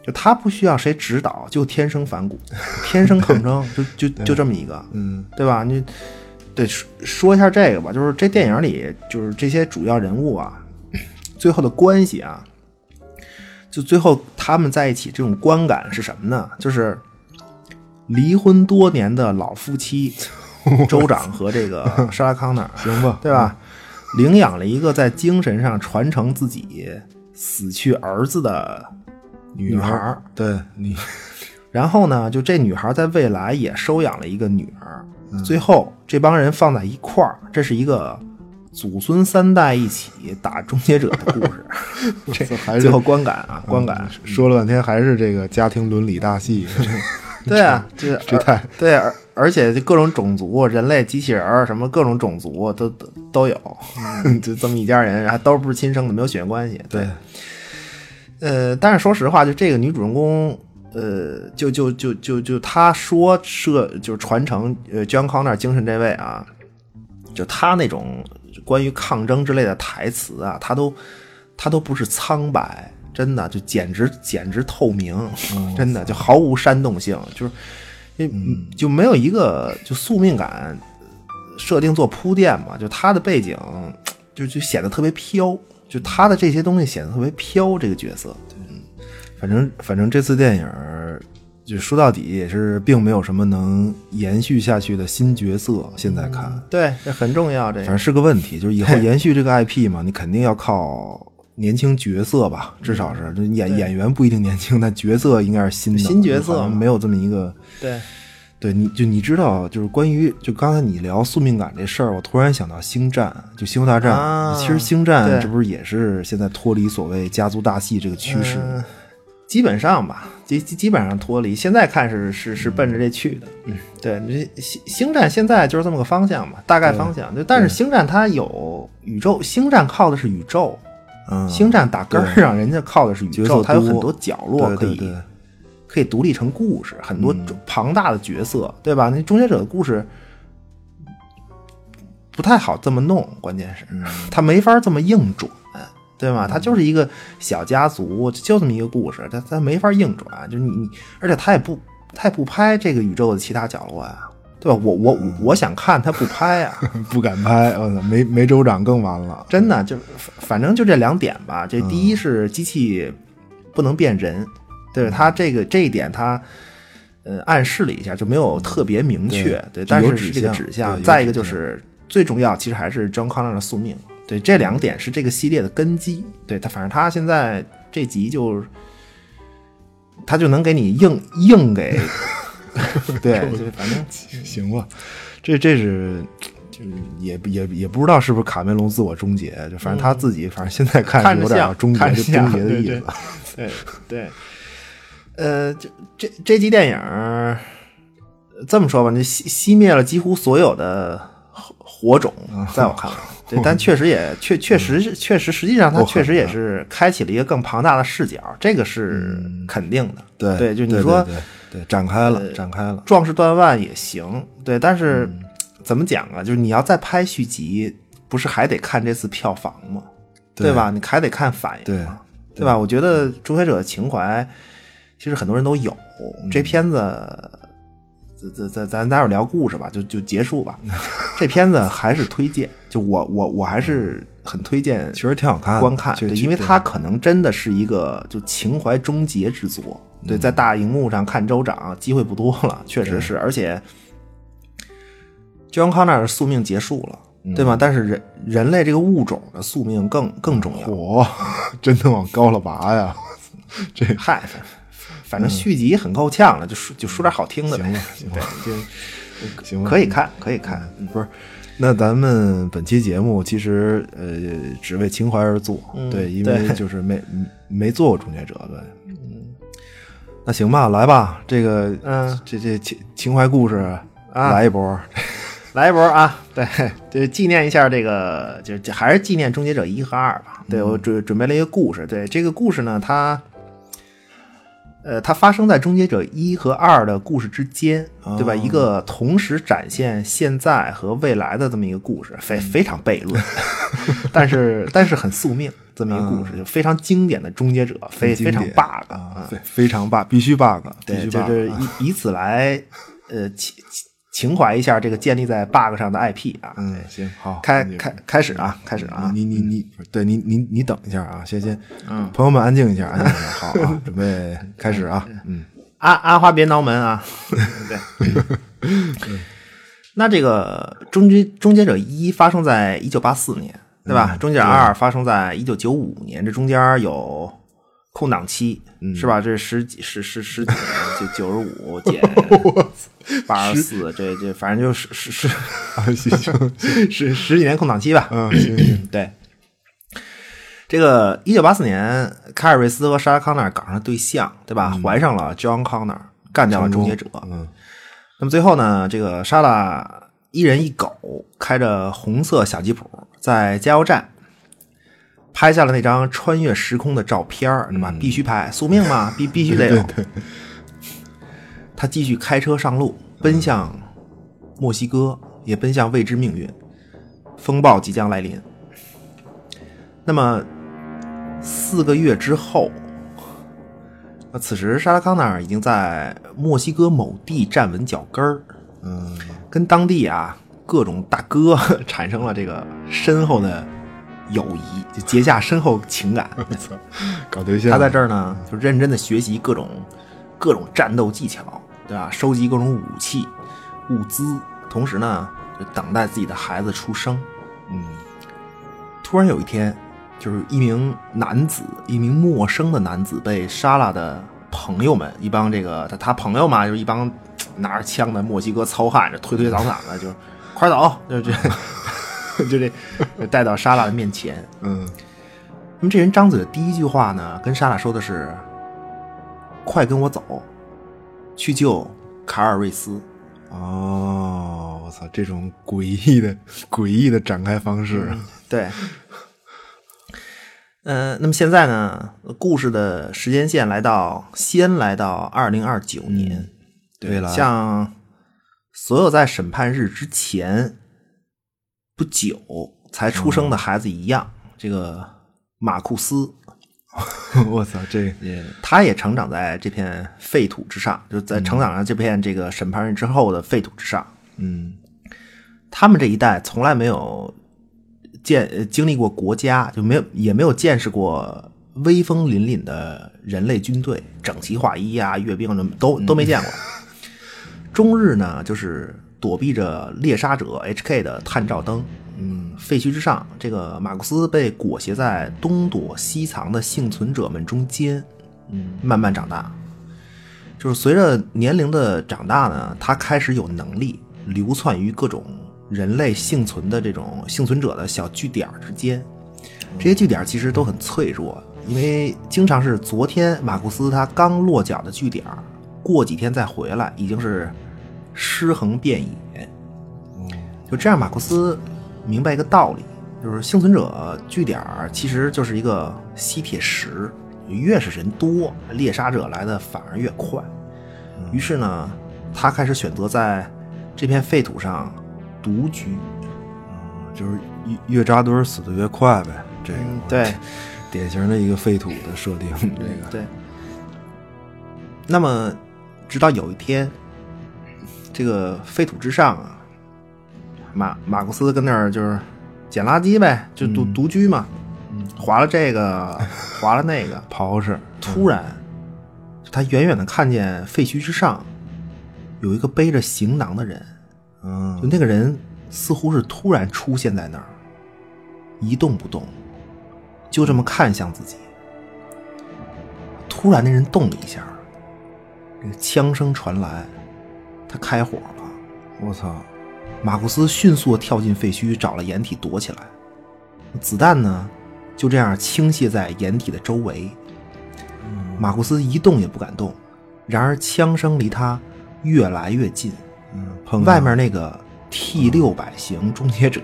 B: 就她不需要谁指导，就天生反骨，天生抗争， 就就就这么一个，
D: 嗯，
B: 对吧？你对说说一下这个吧，就是这电影里就是这些主要人物啊，最后的关系啊，就最后他们在一起这种观感是什么呢？就是离婚多年的老夫 妻州长和这个莎拉康纳，
D: 行吧，嗯
B: 对吧？领养了一个在精神上传承自己死去儿子的女孩儿，
D: 儿，对你，
B: 然后呢，就这女孩在未来也收养了一个女儿，最后这帮人放在一块儿，这是一个祖孙三代一起打终结者的故事。
E: 这还是
B: 最后观感啊，观感，
D: 嗯
E: 说了半天还是这个家庭伦理大戏，
B: 对啊，这
E: 这太
B: 对，而而且就各种种族，人类、机器人儿，什么各种种族都都都有， 就这么一家人，然后都不是亲生的，没有血缘关系。对，呃，但是说实话，就这个女主人公，呃，就就就就就她说设就是传承呃 John Connor 精神这位啊，就她那种关于抗争之类的台词啊，她都她都不是苍白。真的就简直简直透明，真的就毫无煽动性，就是因为就没有一个就宿命感设定做铺垫嘛，就他的背景就就显得特别飘，就他的这些东西显得特别飘，这个角色。嗯，反正反正这次电影儿
D: 就说到底也是并没有什么能延续下去的新角色，现在看，
B: 对这很重要，这
D: 反正是个问题，就是以后延续这个 IP 嘛，你肯定要靠年轻角色吧，至少
E: 嗯
D: 是这演演员不一定年轻，但角色应该是新的
B: 新角色嘛
D: 好像没有这么一个。
B: 对
D: 对，你就你知道，啊就是关于就刚才你聊宿命感这事儿，我突然想到《星战》，就《星球大战》
B: 啊
D: 其实《星战
B: 对》
D: 这不是也是现在脱离所谓家族大戏这个趋势吗，
B: 嗯基本上吧，基基基本上脱离。现在看是是是奔着这去的，嗯，对，你这星星战现在就是这么个方向嘛，大概方向。
D: 嗯
B: 就但是星战它有宇宙，星战靠的是宇宙，
D: 嗯，
B: 星战打根儿
D: 对
B: 上人家靠的是宇
D: 角色
B: 宙，它有很
D: 多
B: 多角落可
D: 对
B: 以
D: 对对，
B: 可以独立成故事，很多庞大的角色，对吧？那终结者的故事不太好这么弄，关键是 他没法这么硬转，对吗？他就是一个小家族，就这么一个故事，他他没法硬转，就是你你，而且他也不他也不拍这个宇宙的其他角落呀、对吧？我我我想看他不拍啊，
E: 不敢拍，我操，没没州长更完了，
B: 真的就反正就这两点吧。这第
D: 嗯
B: 一是机器不能变人，对它这个这一点它。呃，暗示了一下，就没有特别明确，对，但
D: 有
B: 是
D: 指
B: 是这个
D: 向
B: 指
D: 对
B: 向。
D: 有
B: 再一个
D: 指
B: 就是最重要，其实还是 John Connor 的宿命，对，这两点是这个系列的根基。对他，反正他现在这集就他就能给你硬 硬给，对，就反正
E: 行行吧，
D: 这这是就是也也也不知道是不是卡梅隆自我终结，就反正他自己，反正现在看
B: 嗯看
D: 是
B: 着
D: 有点
B: 像
D: 要终结
B: 看着
D: 就
B: 像
D: 终结的
B: 对
D: 意
B: 对
D: 思。
B: 对对， 呃，这这这集电影儿这么说吧，你熄熄灭了几乎所有的火火种，在我看 来，对，但确实也确确实是确实，实际上它确实也是开启嗯了一个更庞大的视角，这个是肯定的。
D: 对
B: 嗯对，就你
D: 对
B: 说呃
D: 对对，展开了，展开了。
B: 壮士断腕也行，对，但是
D: 嗯
B: 怎么讲啊？就是你要再拍续集，不是还得看这次票房吗？
D: 对
B: 对吧？你还得看反应嘛，对吧？我觉得《终结者》的情怀，其实很多人都有。
D: 嗯
B: 这片子，咱咱咱咱待会儿聊故事吧，就就结 束吧。这片子还是推荐，就我我我还是很推荐，
D: 其实挺好看的，
B: 观看，
D: 就
B: 对，因为它可能真的是一个就情怀终结之作。
D: 嗯
B: 对，在大荧幕上看州长机会不多了，确实是，而且 John Connor 的宿命结束
D: 嗯
B: 了，对吧？但是人人类这个物种的宿命更更重要。
D: 嗯
E: 火，真的往高了 拔呀，
B: 嗨，反
D: 嗯
B: 正续集很够呛了，就说就说点好听的呗。
E: 行吧，
B: 可以看，可以看，嗯
D: 不是。那咱们本期节目其实呃只
B: 嗯
D: 为情怀而做，对，因为
B: 对
D: 就是没没做过终结者，对，那行吧，来吧，这个
B: 嗯，
E: 这这情情怀故事
B: 啊
E: 来一波，
B: 来一波啊！对，就纪念一下这个，就就还是纪念《终结者一》和二吧。
E: 嗯
B: 对我准准备了一个故事，对这个故事呢，它，呃，它发生在《终结者一》和二的故事之间，对
E: 哦
B: 吧？一个同时展现现在和未来的这么一个故事，
E: 嗯
B: 非非常悖 论，但是但是很宿命这么一个故事，就非常经典的《终结者》，非非
E: 嗯经
B: 常
E: 典
B: bug
E: 啊，对，非常 bug，必须 bug，必
B: 对，
E: 须
B: 就
E: bug，
B: 是以以此来呃情情情怀一下这个建立在 bug 上的 IP 啊。
E: 嗯，行，好，
B: 开
E: 你
B: 开开始啊，开始啊，
E: 嗯
B: 嗯
E: 你你你，对你你你等一下啊，先先，朋友们安静一下，安静 一下，好啊，准备开始啊，嗯，
B: 阿阿花别挠门 啊！对。那这个《终结终结者一》发生在一九八四年，对
E: 嗯
B: 吧？终结者二》发生在一九九五年，这中间有空档期，
E: 嗯
B: 是吧？这十几十十十几年，就九十 五减八十四，这这反正就是十十
E: 啊
B: 十十十几年空档期吧。
E: 嗯，行行，
B: 对，这个一九八四年，卡尔瑞斯和莎拉康纳尔搞上了对象，对吧？怀上了 John Connor，干掉了终结者。
E: 嗯，
B: 那么最后呢，这个莎拉一人一狗开着红色小吉普，在加油站拍下了那张穿越时空的照片儿，对吧？必须拍，宿命嘛，必必须得有。他继续开车上路，奔向墨西哥，也奔向未知命运。风暴即将来临。那么四个月之后，那此时沙拉康纳尔已经在墨西哥某地站稳脚跟儿，
E: 嗯，
B: 跟当地啊各种大哥 产生了这个深厚的友谊，就结下深厚情感。
E: 搞对象，
B: 他在这儿呢，就认真的学习各种各种战斗技巧，对吧？收集各种武器、物资，同时呢，就等待自己的孩子出生。
E: 嗯，
B: 突然有一天，就是一名男子，一名陌生的男子被莎拉的朋友们，一帮这个他他朋友嘛，就是一帮拿着枪的墨西哥糙汉，这推推搡搡的，就是快走，就这 就这就带到莎拉的面前。
E: 嗯，
B: 那么这人张嘴的第一句话呢，跟莎拉说的是：“快跟我走，去救卡尔瑞斯。
E: 哦，我操，这种诡异的诡异的展开方式，”啊
B: 嗯对。呃，那么现在呢，故事的时间线来到先来到二零二九年，
E: 嗯对了，
B: 像所有在审判日之前不久才出生
E: 嗯
B: 的孩子一样，这个马库斯
E: 我操，这
B: 他也成长在这片废土之上，就在成长在这片这个审判日之后的废土之上。
E: 嗯
B: 他们这一代从来没有见呃经历过国家，就没有也没有见识过威风凛凛的人类军队，整齐划一啊，阅兵什么都都没见过。中日呢，就是躲避着猎杀者 HK 的探照灯。嗯，废墟之上，这个马库斯被裹挟在东躲西藏的幸存者们中间，嗯，慢慢长大。就是随着年龄的长大呢，他开始有能力流窜于各种人类幸存的这种幸存者的小据点儿之间。这些据点儿其实都很脆弱，因为经常是昨天马库斯他刚落脚的据点儿，过几天再回来已经是尸横遍野。就这样，马库斯明白一个道理，就是幸存者据点儿其实就是一个吸铁石，越是人多，猎杀者来的反而越快。于是呢，他开始选择在这片废土上独居。
D: 就是越越扎堆儿死的越快呗，这个、
B: 对，
D: 典型的一个废土的设定，这个
B: 嗯对。那么，直到有一天，这个废土之上啊，马马库斯跟那儿就是捡垃圾呗，就独、独居嘛，划了这个，划了那个，
E: 刨式，
B: 突然，他远远的看见废墟之上有一个背着行囊的人，就
E: 嗯
B: 那个人似乎是突然出现在那儿，一动不动，就这么看向自己。突然，那人动了一下，这个枪声传来，他开火了。
E: 我操，
B: 马库斯迅速地跳进废墟，找了掩体躲起来。子弹呢，就这样倾泻在掩体的周围。马库斯一动也不敢动，然而枪声离他越来越近，
E: 嗯，碰
B: 外面那个 T 六百型终结者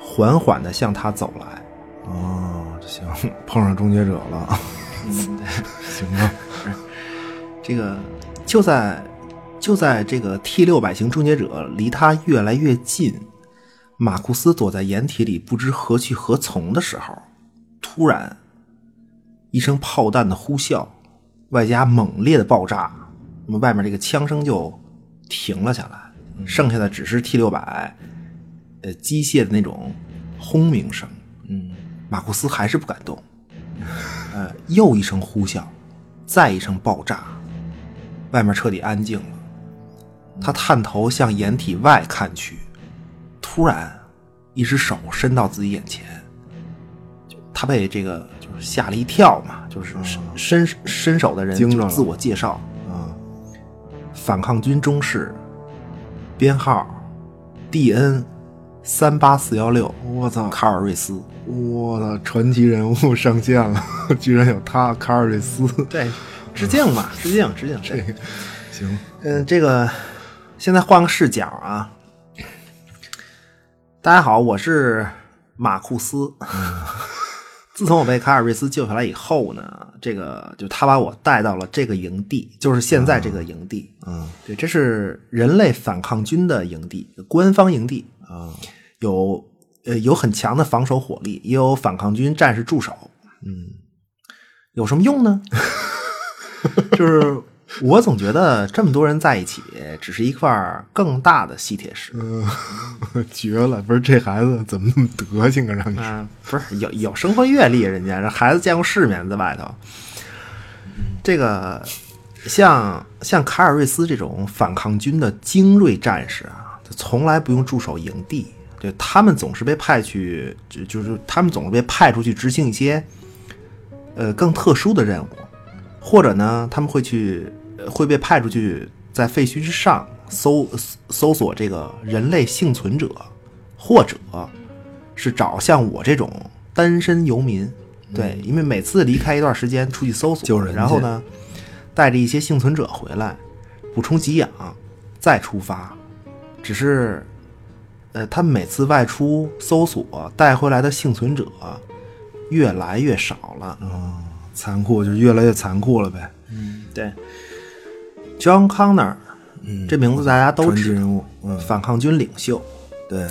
B: 缓缓地向他走来。
E: 哦，行，碰上终结者了， 行吧，
B: 这个就在就在这个 T 六百型终结者离他越来越近，马库斯躲在掩体里不知何去何从的时候，突然一声炮弹的呼啸，外加猛烈的爆炸，那么外面这个枪声就停了下来，剩下的只是 T 六百呃机械的那种轰鸣声。
E: 嗯，
B: 马库斯还是不敢动。呃，又一声呼啸，再一声爆炸，外面彻底安静了。他探头向掩体外看去，突然，一只手伸到自己眼前，就他被这个就是吓了一跳嘛，就是伸伸伸手的人
E: 嗯惊着
B: 就
E: 了
B: 自我介绍，
E: 啊，
B: 反抗军中士，编号 D N 三八四幺六，
E: 我操，
B: 卡尔瑞斯。
E: 我操，传奇人物上线了， 居然有他卡尔瑞斯，
B: 对，致敬嘛，致敬，致敬。这个，
E: 行，
B: 嗯，这个现在换个视角啊。大家好，我是马库斯。
E: 嗯
B: 自从我被卡尔瑞斯救下来以后呢，这个就他把我带到了这个营地，就是现在这个营地。
E: 嗯，
B: 对，这是人类反抗军的营地，官方营地
E: 啊，
B: 有呃有很强的防守火力，也有反抗军战士驻守。
E: 嗯，
B: 有什么用呢？就是我总觉得这么多人在一起，只是一块儿更大的吸铁石。
E: 绝了，不是这孩子怎么那么德行啊，让你
B: 啊，不是有有生活阅历，人家这孩子见过世面，在外头。这个像像卡尔瑞斯这种反抗军的精锐战士啊，他从来不用驻守营地，对他们总是被派去，就就是他们总是被派出去执行一些呃更特殊的任务，或者呢，他们会去呃会被派出去在废墟之上搜搜索这个人类幸存者，或者是找像我这种单身游民。对，因为每次离开一段时间出去搜索，
E: 嗯救人去
B: 然后呢，带着一些幸存者回来，补充给养，再出发。只是，呃，他们每次外出搜索带回来的幸存者越来越少了。
E: 嗯残酷，就越来越残酷了呗，
B: 嗯对，John Connor，这名字大家都
E: 嗯传奇
B: 知道，
E: 人物，嗯，
B: 反抗军领袖。
E: 对，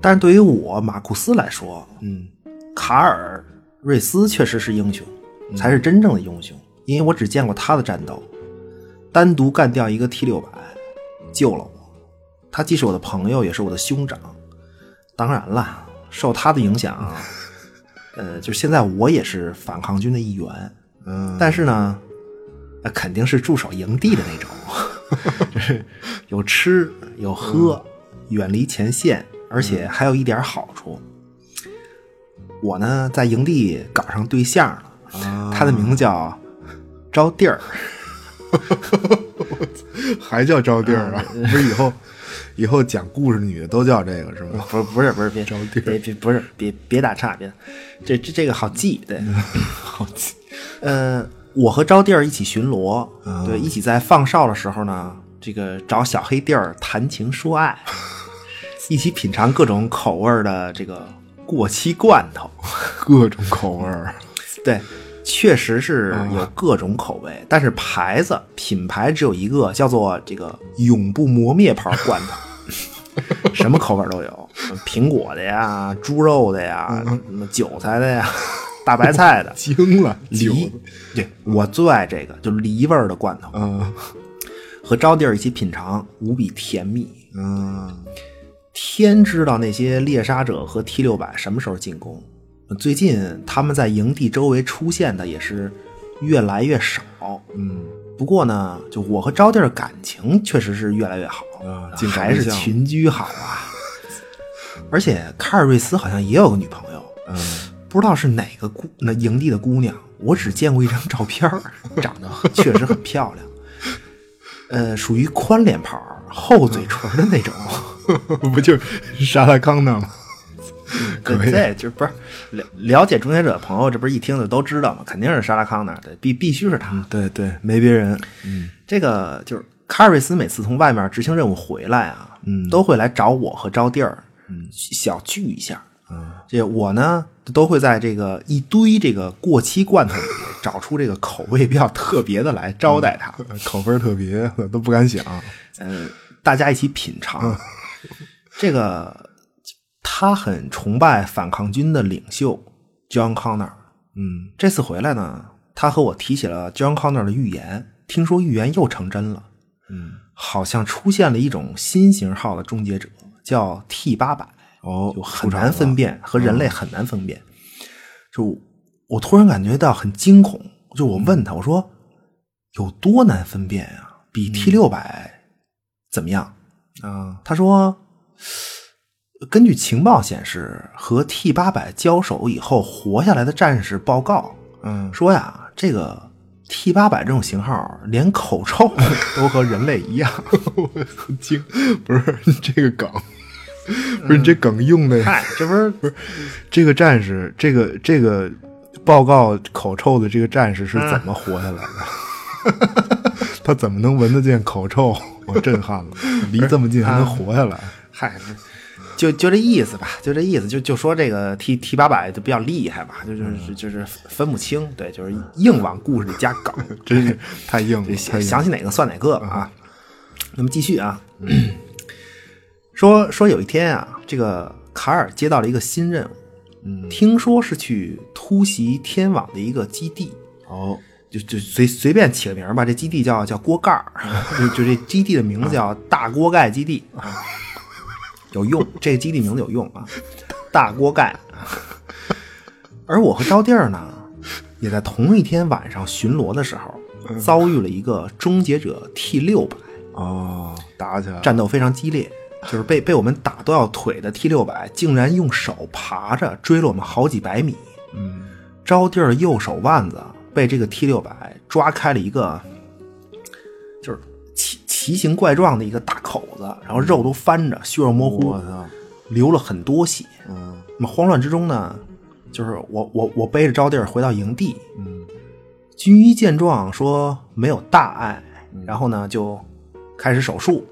B: 但是对于我马库斯来说，
E: 嗯，
B: 卡尔瑞斯确实是英雄，才是真正的英雄，因为我只见过他的战斗，单独干掉一个 T 六百，救了我。他既是我的朋友，也是我的兄长。当然了，受他的影响，呃，就现在我也是反抗军的一员。
E: 嗯，
B: 但是呢，呃肯定是驻守营地的那种，就是有吃有喝，远离前线，而且还有一点好处。我呢，在营地搞上对象了，他的名字叫招弟儿。嗯
E: 还叫招弟儿啊？ 不是以后以后讲故事的女的都叫这个是吗？
B: 不不是不是别
E: 招弟儿
B: 别别不是别别打岔，别这这这个好记对， 好记。 呃，我和招弟儿一起巡逻，对，一起在放哨的时候呢，这个找小黑弟儿谈情说 爱，一起品尝各种口味儿的这个过期罐头。
E: 各种口味儿，，
B: 对，啊确实是有各种口味，但是牌子品牌只有一个，叫做这个“永不磨灭”牌罐头， 什么口味都有，苹果的 呀，猪肉的呀，什么韭菜的呀，大白嗯菜 的
E: 惊了，
B: 梨
E: 酒，
B: 对我最爱这个，就梨味儿的罐头，
E: 嗯
B: 和招弟儿一起品尝，无比甜蜜。
E: 嗯，
B: 天知道那些猎杀者和 T 六百什么时候进攻。嗯最近他们在营地周围出现的也是越来越少。嗯，不过呢，就我和招弟儿感情确实是越来越好
E: 啊进展
B: 还是
E: 对象
B: 群居好啊。而且卡尔瑞斯好像也有个女朋友，嗯，不知道是哪个姑那营地的姑娘，我只见过一张照片 儿，长得确实很漂亮，呃，属于宽脸盘 儿、厚嘴唇儿的那种。
E: 不就是沙拉康纳吗？嗯可
B: 对，
E: 以
B: 这就不是了了解终结者的朋友，这不是一听就都知道吗？肯定是沙拉康那儿的，必必须是他。
E: 嗯对对，没别人，
B: 这个就是卡瑞斯每次从外面执行任务回来啊，嗯，都会来找我和招弟儿，嗯，小聚一下。
E: 嗯
B: 啊，这我呢都会在这个一堆这个过期罐头里找出这个口味比较特别的来招待他，
E: 呃口味儿特别，我都不敢想。
B: 呃，大家一起品尝。 这个他很崇拜反抗军的领袖 John Connor。嗯，这次回来呢，他和我提起了 John Connor 的预言，听说预言又成真了。嗯，好像出现了一种新型号的终结者，叫 T 八百。
E: 哦
B: 就很难分辨，和人类很难分辨。就我突然感觉到很惊恐，就我问他，我说有多难分辨啊？比 T 六百怎么样？
E: 啊，
B: 他说，根据情报显示，和 T 八百交手以后活下来的战士报告
E: 嗯，
B: 说呀，这个 T 八百这种型号连口臭 都和人类一样。
E: 惊，不是 你这个梗，不是你这梗用的，
B: 嗨，这不是
E: 这个战士，这个这个报告口臭的这个战士是怎么活下来的？ 他怎么能闻得见口臭？我震撼了，离这么近还能活下来？
B: 嗨，就就这意思吧，就这意思，就就说这个 T T 八百就比较厉害吧，就就是就是分不清，对，就是硬往故事里加梗，
E: 真是太硬了，
B: 想
E: 太硬了
B: 想起哪个算哪个吧啊。那么继续啊，说说有一天啊，这个卡尔接到了一个新任务，嗯，听说是去突袭天网的一个基地，
E: 哦，
B: 就就随随便起个名儿吧，这基地叫叫锅盖儿，就就这基地的名字叫大锅盖基地啊，有用，这个基地名字有用啊，大锅盖。而我和招弟儿呢，也在同一天晚上巡逻的时候，遭遇了一个终结者 T 六百，
E: 哦，打起来了，
B: 战斗非常激烈，就是被被我们打断了腿的 T 六百，竟然用手爬着追了我们好几百米。嗯，招弟儿右手腕子被这个 T 六百抓开了一个，就是奇奇形怪状的一个大口子，然后肉都翻着，血肉模糊，流了很多血。嗯，那么慌乱之中呢，就是我我我背着招弟儿回到营地。嗯，军医见状说没有大碍，然后呢就开始手术。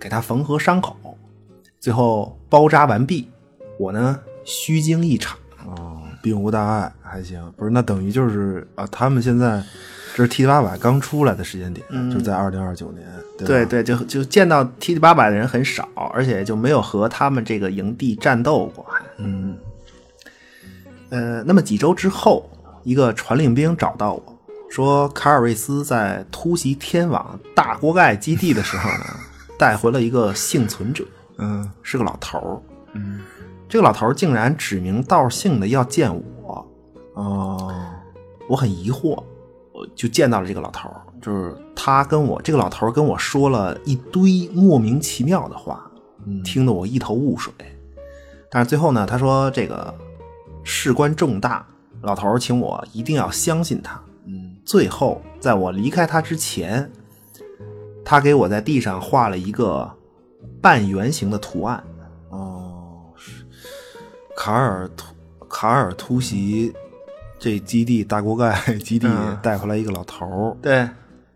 B: 给他缝合伤口，最后包扎完毕。我呢，虚惊一场。
E: 哦，并无大碍，还行。不是，那等于就是啊，他们现在这是 T 八百刚出来的时间点，就在二零二九年，
B: 嗯
E: 对
B: 对
E: 吧
B: 对，就就见到 T 八百的人很少，而且就没有和他们这个营地战斗过，还嗯，呃，那么几周之后，一个传令兵找到我说，卡尔瑞斯在突袭天网大锅盖基地的时候 呢，带回了一个幸存者，
E: 嗯，
B: 是个老头儿，嗯，这个老头儿竟然指名道姓的要见我，
E: 哦，
B: 我很疑惑，我就见到了这个老头儿，就是他跟我这个老头儿跟我说了一堆莫名其妙的话，
E: 嗯
B: 听得我一头雾水。但是最后呢，他说这个事关重大，老头儿请我一定要相信他。嗯，最后在我离开他之前，他给我在地上画了一个半圆形的图案。
E: 哦，是卡尔突卡尔突袭这基地大锅盖基地
B: 嗯
E: 带回来一个老头儿。
B: 对，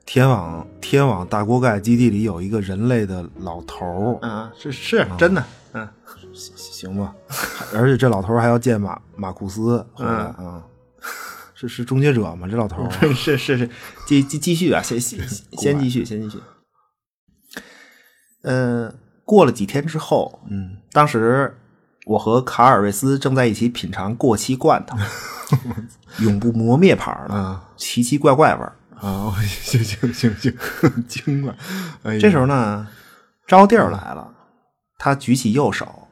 E: 天网天网大锅盖基地里有一个人类的老头儿，
B: 嗯，是 是真的，嗯，
E: 行吧？ 而且这老头儿还要见马马库斯回来啊、是是终结者吗？这老头儿
B: 嗯 是是是，继继继续啊，先先 先继续，先继续。呃，过了几天之后，嗯，当时我和卡尔瑞斯正在一起品尝过期罐 头，永不磨灭牌儿的
E: 啊
B: 奇奇怪怪味儿。
E: 啊，行行行行，惊了！哎呀，
B: 这时候呢，招弟儿来了，他举起右手，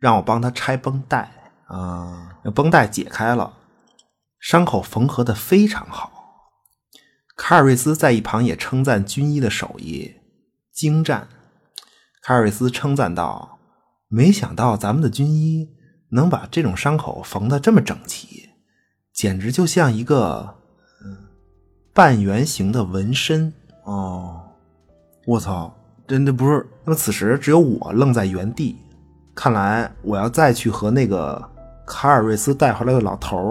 B: 让我帮他拆绷带。
E: 啊，
B: 绷带解开了，伤口缝合的非常好。卡尔瑞斯在一旁也称赞军医的手艺精湛。卡尔瑞斯称赞道：“没想到咱们的军医能把这种伤口缝得这么整齐，简直就像一个嗯半圆形的纹身。”
E: 哦，我操，真的不是
B: 那么此时只有我愣在原地，看来我要再去和那个卡尔瑞斯带回来的老头儿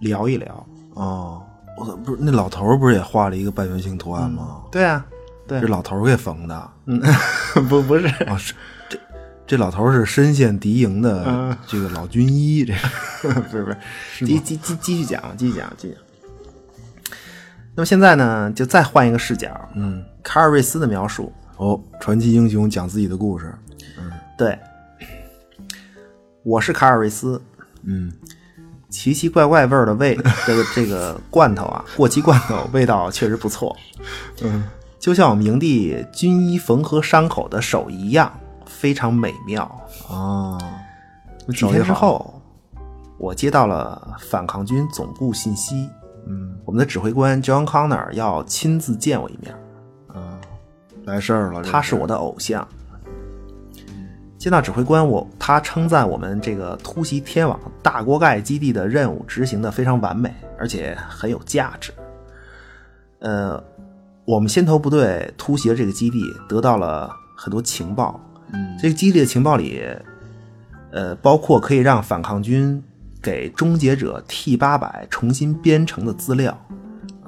B: 聊一聊。
D: 哦，我操不是那老头儿不是也画了一个半圆形图案吗？
B: 对啊，对
D: 这，老头儿给缝的。
B: 不不是，
D: 啊，是这这老头儿是深陷敌营的这个老军医，这
B: 不嗯 是不是，继继继继续讲，继续讲，继续讲。那么现在呢，就再换一个视角，嗯，卡尔瑞斯的描述，
D: 哦，传奇英雄讲自己的故事，嗯
B: 对，我是卡尔瑞斯，
D: 嗯，
B: 奇奇怪怪味儿的味，这个这个罐头啊，过期罐头味道确实不错，嗯，就像我们营地军医缝合伤口的手一样，非常美妙。
D: 啊，
B: 几天之后，我接到了反抗军总部信息，嗯，我们的指挥官 John Connor 要亲自见我一面，
E: 啊
D: 来事儿了，这
B: 他是我的偶像。见到指挥官，我他称赞我们这个突袭天网大锅盖基地的任务执行的非常完美，而且很有价值。呃，我们先头部队突袭了这个基地，得到了很多情报。嗯，这个基地的情报里，呃，包括可以让反抗军给终结者 T 八百重新编程的资料，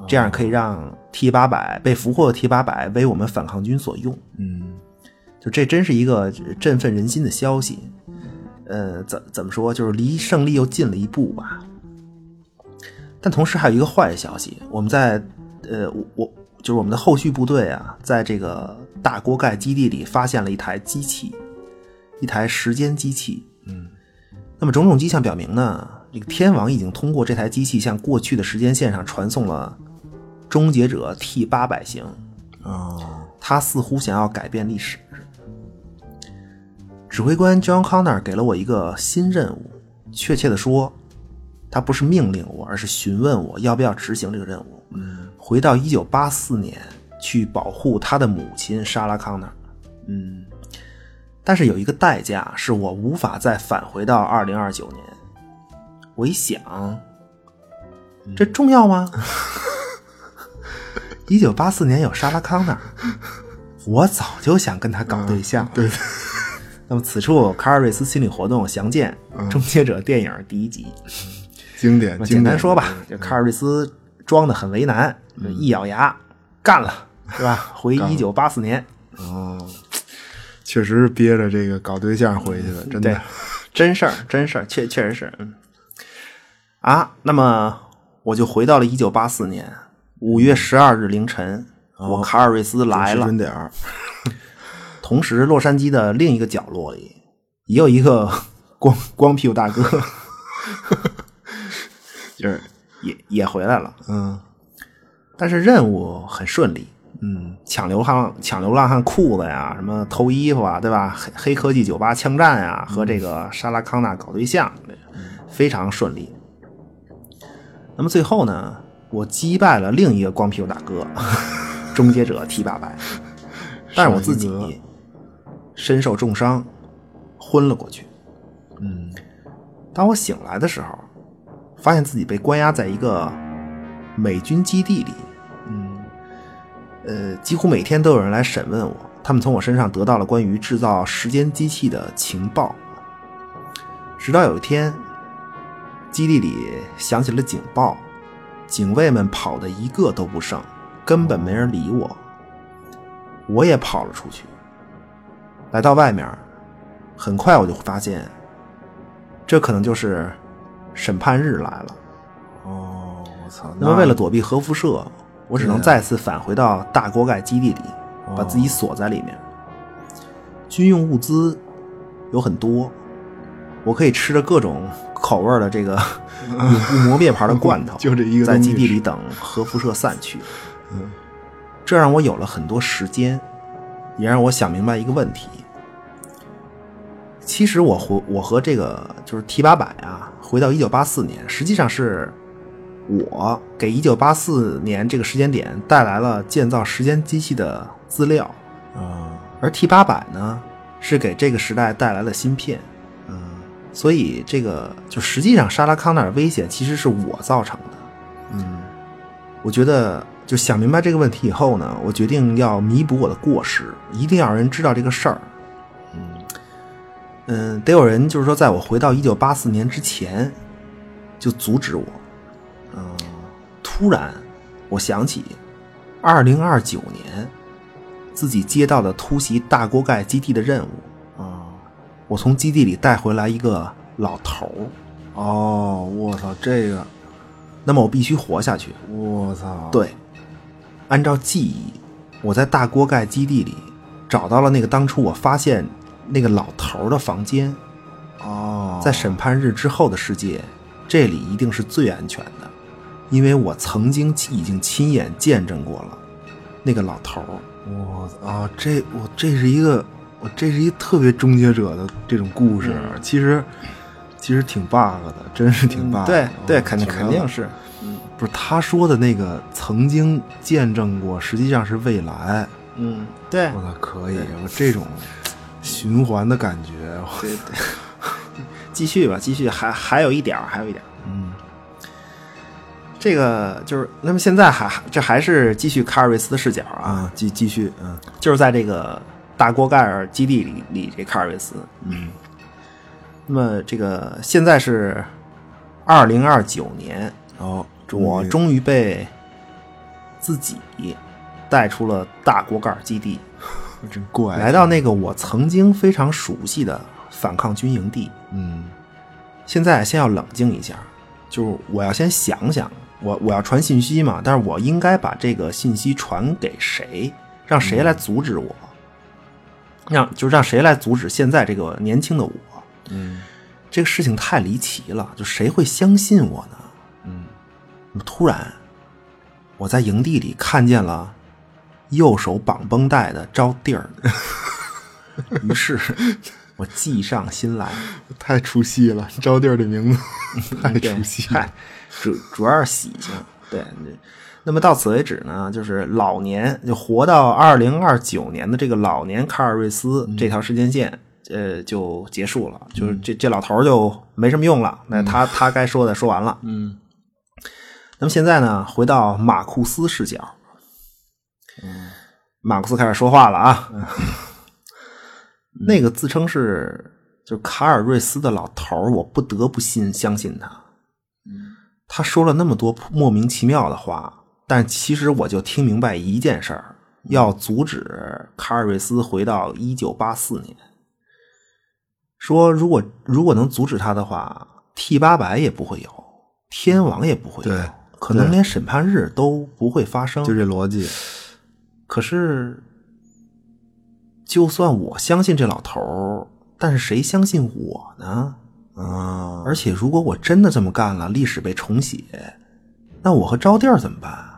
B: 这样可以让 T 八百被俘获的 T 八百为我们反抗军所用。
D: 嗯
B: 就这真是一个振奋人心的消息。呃，怎怎么说，就是离胜利又近了一步吧。但同时还有一个坏消息，我们在呃，我我就是我们的后续部队啊，在这个大锅盖基地里发现了一台机器，一台时间机器。嗯，那么种种迹象表明呢，这个天王已经通过这台机器向过去的时间线上传送了终结者 T 八百型。
D: 啊，
B: 他似乎想要改变历史。指挥官 John Connor 给了我一个新任务，确切的说，他不是命令我，而是询问我要不要执行这个任务。回到一九八四年去保护他的母亲莎拉康纳。
D: 嗯
B: 但是有一个代价是我无法再返回到二零二九年。我一想，这重要吗？一九八四年有莎拉康纳，我早就想跟他搞对象、对。那么此处卡尔瑞斯心理活动详见《终结者》电影第一集。
E: 经典，
B: 那
E: 经
B: 简
E: 典
B: 单说吧，就卡尔瑞斯装的很为难，就一咬牙干 了，是吧？回一九八四年，
E: 确实是憋着这个搞对象回去的，
B: 嗯
E: 真
B: 对
E: 的。，
B: 真事儿，真事儿，确确实是，嗯，啊，那么我就回到了一九八四年五月十二日凌晨，我卡尔瑞斯来
D: 时
B: 了
D: 针。点儿，
B: 同时，洛杉矶的另一个角落里也有一个 光光屁股大哥， 就是也也回来了。
D: 嗯
B: 但是任务很顺利，
D: 嗯
B: 抢流浪抢流浪汉裤子呀，什么偷衣服啊，对吧？黑黑科技酒吧枪战呀，和这个莎拉康纳搞对象，非常顺利。那么最后呢，我击败了另一个光屁股大哥，终结者 T 八百，但是我自
E: 上一
B: 己身受重伤，昏了过去。
D: 嗯，
B: 当我醒来的时候，发现自己被关押在一个美军基地里。嗯，呃，几乎每天都有人来审问我，他们从我身上得到了关于制造时间机器的情报。直到有一天，基地里响起了警报，警卫们跑的一个都不剩，根本没人理我。我也跑了出去，来到外面，很快我就发现这可能就是审判日来了。
D: 哦，我操，
B: 那么为了躲避核辐射，我只能再次返回到大锅盖基地里，把自己锁在里面。军用物资有很多，我可以吃着各种口味儿的 这个永不磨灭牌的罐头，
E: 就这一个
B: 在
E: 东西嗯
B: 基地里等核辐射散去。这让我有了很多时间，也让我想明白一个问题。其实我回我和这个就是 T 八百啊，回到一九八四年，实际上是我给一九八四年这个时间点带来了建造时间机器的资料，
D: 啊，
B: 而 T 八百呢是给这个时代带来了芯片。
D: 嗯
B: 所以这个就实际上莎拉康纳尔危险其实是我造成的。
D: 嗯
B: 我觉得就想明白这个问题以后呢，我决定要弥补我的过失，一定要让人知道这个事儿。嗯，嗯，得有人就是说，在我回到一九八四年之前，就阻止我。嗯，突然我想起，二零二九年自己接到的突袭大锅盖基地的任务啊、我从基地里带回来一个老头儿。
D: 哦，我操，这个，
B: 那么我必须活下去。
D: 我操，，
B: 对，按照记忆，我在大锅盖基地里找到了那个当初我发现那个老头儿的房间。
D: 哦，
B: 在审判日之后的世界，这里一定是最安全的，因为我曾经已经亲眼见证过了。那个老头儿，
D: 我啊，这我这是一个，我这是一特别终结者的这种故事，其实其实挺 bug 的，真是挺 bug 的、
B: 对
D: 嗯
B: 对，肯定
D: 挺
B: 肯定
D: bug 的
B: 是，
D: 不是他说的那个曾经见证过，实际上是未来。
B: 嗯，对
D: 我操，可以，我这种循环的感觉，我
B: 对 对，继续吧，继续，还还有一点儿，还有一点儿，
D: 嗯，
B: 这个就是，那么现在还这还是继续卡尔瑞斯的视角啊，
D: 啊，继继续，嗯
B: 就是在这个大锅盖尔基地里里这卡尔维斯。嗯，那么这个现在是二零二九年，
D: 哦，终于
B: 我终于被自己带出了大锅盖尔基地，
D: 真怪，
B: 来到那个我曾经非常熟悉的反抗军营地。
D: 嗯
B: 现在先要冷静一下，就是我要先想想，我我要传信息嘛，但是我应该把这个信息传给谁，让谁来阻止我，让就让谁来阻止现在这个年轻的我。
D: 嗯
B: 这个事情太离奇了，就谁会相信我呢？
D: 嗯，
B: 突然，我在营地里看见了右手绑绷带的招娣儿，于是我计上心来。
E: 太出戏了，招弟儿的名 字太
B: 对
E: 出戏了
B: 嗨。主主要是喜庆。对，那么到此为止呢，就是老年就活到二零二九年的这个老年卡尔瑞斯这条时间线，呃，就结束了。就是这这老头儿就没什么用了，那他他该说的说完了。嗯。那么现在呢，回到马库斯视角。嗯，马库斯开始说话了啊。那个自称是就卡尔瑞斯的老头儿，我不得不信相信他。
D: 嗯
B: 他说了那么多莫名其妙的话，但其实我就听明白一件事儿：
D: 嗯
B: 要阻止卡尔瑞斯回到一九八四年。说如果如果能阻止他的话，T 八百也不会有，天王也不会有
D: 对，
B: 可能连审判日都不会发生。
D: 就这逻辑，
B: 可是，就算我相信这老头儿，但是谁相信我呢？
D: 啊，
B: 而且如果我真的这么干了，历史被重写，那我和招娣儿怎么办啊？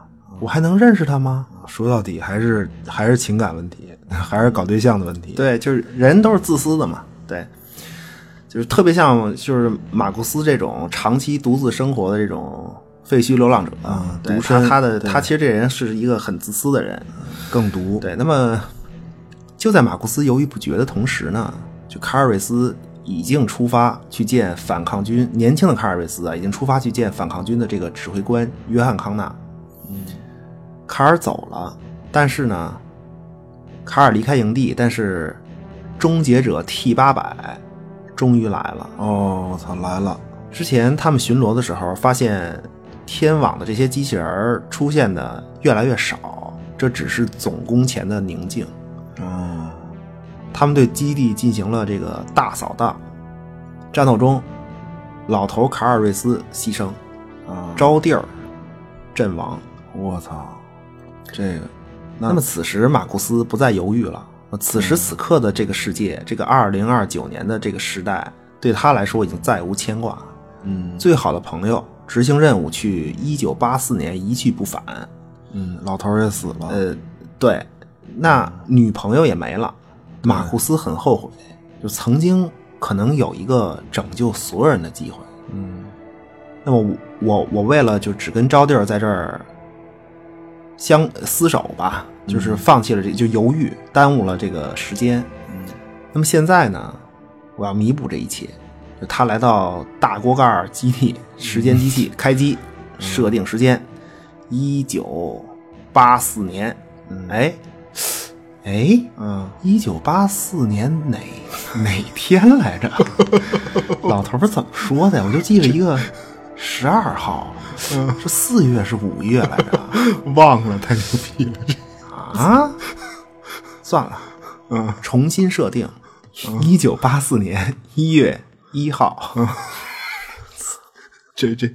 B: 我还能认识他吗？
D: 说到底还是还是情感问题，还是搞对象的问题。
B: 对，就是人都是自私的嘛。对，就是特别像就是马库斯这种长期独自生活的这种废墟流浪者，啊
D: 嗯
B: 对
D: 独身
B: 他他的
D: 对
B: 他其实这人是一个很自私的人。
D: 更毒。
B: 对，那么就在马库斯犹豫不决的同时呢，就卡尔瑞斯已经出发去见反抗军，年轻的卡尔瑞斯啊，已经出发去见反抗军的这个指挥官约翰康纳。卡尔走了，但是呢，卡尔离开营地，但是终结者 T 八百终于来了。
D: 哦，我操，来了，
B: 之前他们巡逻的时候发现，天网的这些机器人儿出现的越来越少，这只是总攻前的宁静。
D: 哦，
B: 他们对基地进行了这个大扫荡。战斗中，老头卡尔瑞斯牺牲，
D: 啊，
B: 招娣儿阵亡。
D: 我操，这个，
B: 那么此时马库斯不再犹豫了。此时此刻的这个世界，这个二零二九年的这个时代，对他来说已经再无牵挂。
D: 嗯
B: 最好的朋友执行任务去一九八四年一去不返。
D: 嗯，老头儿也死了，
B: 呃，对，那女朋友也没了，马库斯很后悔，就曾经可能有一个拯救所有人的机会。
D: 嗯
B: 那么我我我为了就只跟招娣儿在这儿相呃厮守吧，就是放弃了这就犹豫，耽误了这个时间。那么现在呢，我要弥补这一切。就他来到大锅盖儿基地，时间机器开机，设定时间，一九八四年。哎，哎，
D: 嗯，
B: 一九八四年哪哪天来着？老头儿怎么说的呀？我就记着一个十二号，是四月是五月来着
E: 忘了，太牛逼了！这
B: 啊？算了，嗯，重新设定，一九八四年一月一号。
E: 这这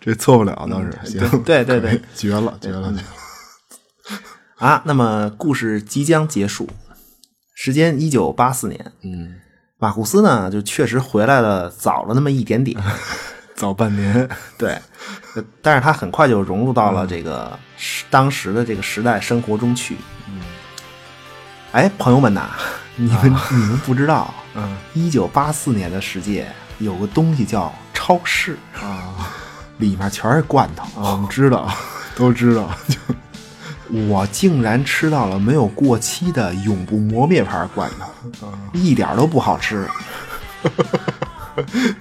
E: 这错不了，倒是
B: 嗯
E: 行，
B: 对对对
E: 可以
B: 对，
E: 绝了，绝了，绝了！
B: 啊，那么故事即将结束，时间一九八四年。嗯，马库斯呢，就确实回来了，早了那么一点点。
E: 早半年，
B: 对，呃但是他很快就融入到了这个时当时的这个时代生活中去。嗯，哎，朋友们呐，你们、你们不知道，
E: 嗯，
B: 一九八四年的世界有个东西叫超市啊，里面全是罐头。
E: 啊，我们知道，都知道，就
B: 我竟然吃到了没有过期的永不磨灭牌罐头，
E: 嗯
B: 一点儿都不好吃。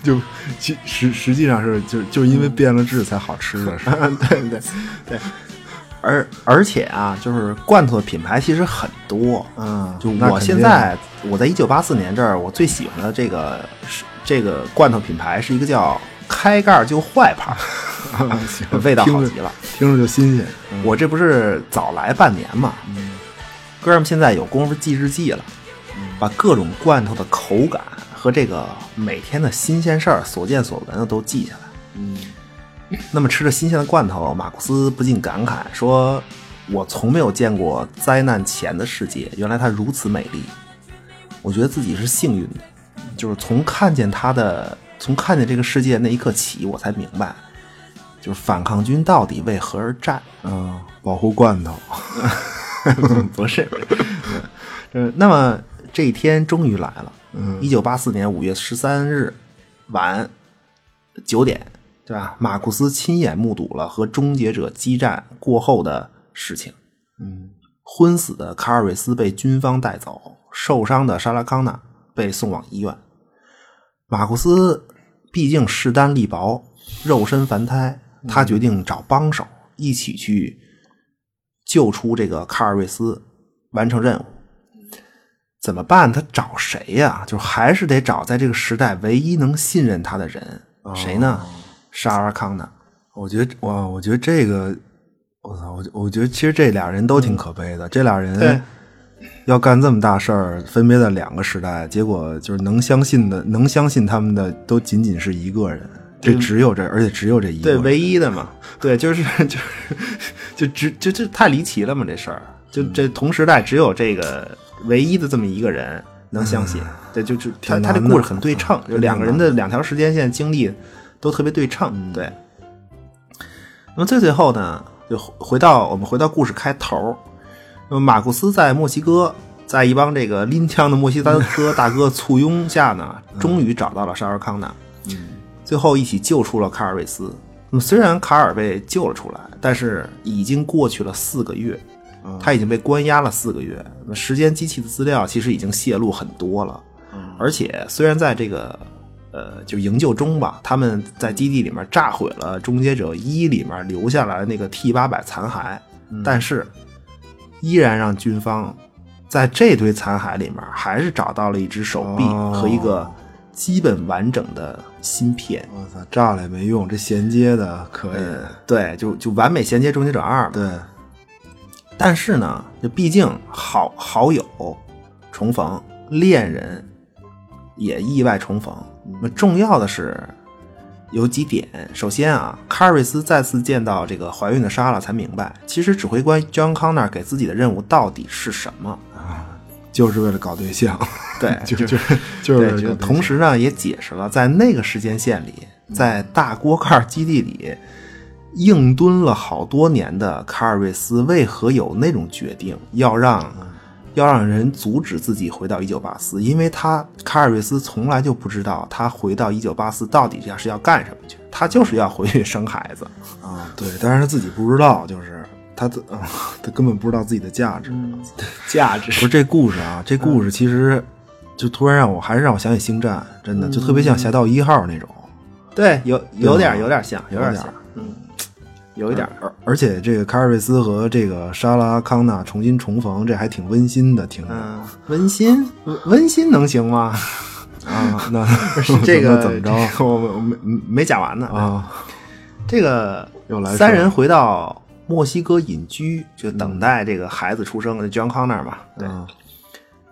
E: 就其实实际上是就就因为
B: 嗯
E: 变了质才好 吃的，是吧
B: 对对对，而而且啊，就是罐头的品牌其实很多，
E: 嗯
B: 就
E: 那
B: 我
E: 肯
B: 现
E: 定
B: 在我在一九八四年这儿，我最喜欢的这个是这个罐头品牌是一个叫开盖儿就坏牌儿， 味道
E: 听
B: 好
E: 着
B: 极了。
E: 听着就新鲜。
B: 我这不是早来半年嘛，哥们儿现在有功夫记日记了，把各种罐头的口感和这个每天的新鲜事儿、所见所闻的都记下来。嗯，那么吃着新鲜的罐头，马库斯不禁感慨说：“我从没有见过灾难前的世界，原来它如此美丽。我觉得自己是幸运的，就是从看见它的，从看见这个世界那一刻起，我才明白。”就是反抗军到底为何而战？
E: 嗯，保护罐头，
B: 不 是，呃，那么这一天终于来了。
E: 嗯
B: 一九八四年五月十三日晚九点，对吧？马库斯亲眼目睹了和终结者激战过后的事情。
E: 嗯，
B: 昏死的卡尔瑞斯被军方带走，受伤的莎拉康纳被送往医院。马库斯毕竟势单力薄，肉身凡胎，
E: 嗯
B: 他决定找帮手一起去救出这个卡尔瑞斯，完成任务。怎么办？他找谁呀、就还是得找在这个时代唯一能信任他的人，谁呢？沙拉康纳。
E: 哦我觉得哇，我觉得这个，我操，我觉我觉得其实这俩人都挺可悲的，这俩
B: 嗯对
E: 人要干这么大事儿，分别在两个时代，结果就是能相信的，能相信他们的都仅仅是一个人，这只有这，而且只有这一个
B: 嗯对，
E: 人，
B: 唯一的嘛，对，就是就是就只就就太离奇了嘛，这事儿，
E: 嗯
B: 就这同时代只有这个唯一的这么一个人能相信，对，就就他
E: 嗯挺
B: 他这
E: 难
B: 故事
E: 的嗯
B: 很对称，就两个人的两条时间线经历都特别对
E: 嗯
B: 称，对。那么最最后呢，就回回到我们回到故事开头，那么马库斯在墨西哥，在一帮这个拎枪的墨西哥 大哥簇拥下呢，终于找到了沙尔康纳，最后一起救出了卡尔瑞斯。那么虽然卡尔被救了出来，但是已经过去了四个月，他已经被关押了四个月。那么时间机器的资料其实已经泄露很多了，而且虽然在这个呃就营救中吧，他们在基地里面炸毁了终结者一里面留下来的那个 T 八百残骸，但是依然让军方在这堆残骸里面还是找到了一只手臂
E: 哦
B: 和一个基本完整的芯片。
E: 我操，炸了也没用，这衔接的可以，
B: 呃，对，就就完美衔接《终结者二》。
E: 对，
B: 但是呢，就毕竟好好友重逢，恋人也意外重逢。那么重要的是有几点，首先啊，卡瑞斯再次见到这个怀孕的莎拉，才明白，其实指挥官 John Connor 给自己的任务到底是什么。
E: 就是为了搞 对象，
B: 对，
E: 就就 就是为了
B: 对，嗯就
E: 搞对
B: 同时呢也解释了，在那个时间线里，在大锅盖基地里硬蹲了好多年的卡尔瑞斯，为何有那种决定，要让要让人阻止自己回到一九八四？因为他卡尔瑞斯从来就不知道他回到一九八四到底要是要干什么去，他就是要回去生孩子。
E: 象啊，对，但是他自己不知道，就是他自 啊，他根本不知道自己的价值，
B: 嗯 价值嗯
E: 不是这故事啊，这故事其实就突然让我还是让我想起星战，真的就
B: 嗯
E: 特别像《侠盗一号》那种，
B: 对，有有点
E: 对吧
B: 嗯有点像，有点
E: 有点
B: 像，嗯。有一点儿，
E: 而而且这个卡尔维斯和这个莎拉康纳重新重逢，这还挺温馨的，听着。
B: 嗯，温馨，温温馨能行吗？
E: 啊，那
B: 嗯 是这个
E: 那怎么着
B: 这 个我我我没没讲完呢。
E: 啊？
B: 这个
E: 又来事儿
B: 三人回到墨西哥隐居，就等待这个孩子出生。John Connor 嘛，对。
E: 嗯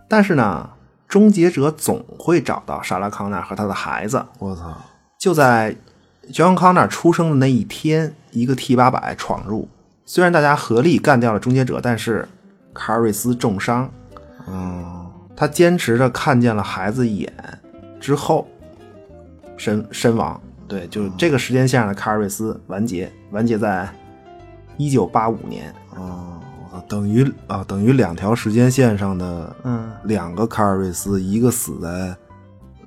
B: 但是呢，终结者总会找到莎拉康纳和他的孩子。
E: 我操！
B: 就在 John Connor 出生的那一天，一个 T 八百闯入，虽然大家合力干掉了终结者，但是卡尔瑞斯重伤。嗯，他坚持着看见了孩子一眼之后，身身亡。对，就是这个时间线上的卡尔瑞斯完结，完结在一九八五年。嗯
E: 啊，我操！等于啊，等于两条时间线上的
B: 嗯
E: 两个卡尔维斯，一个死在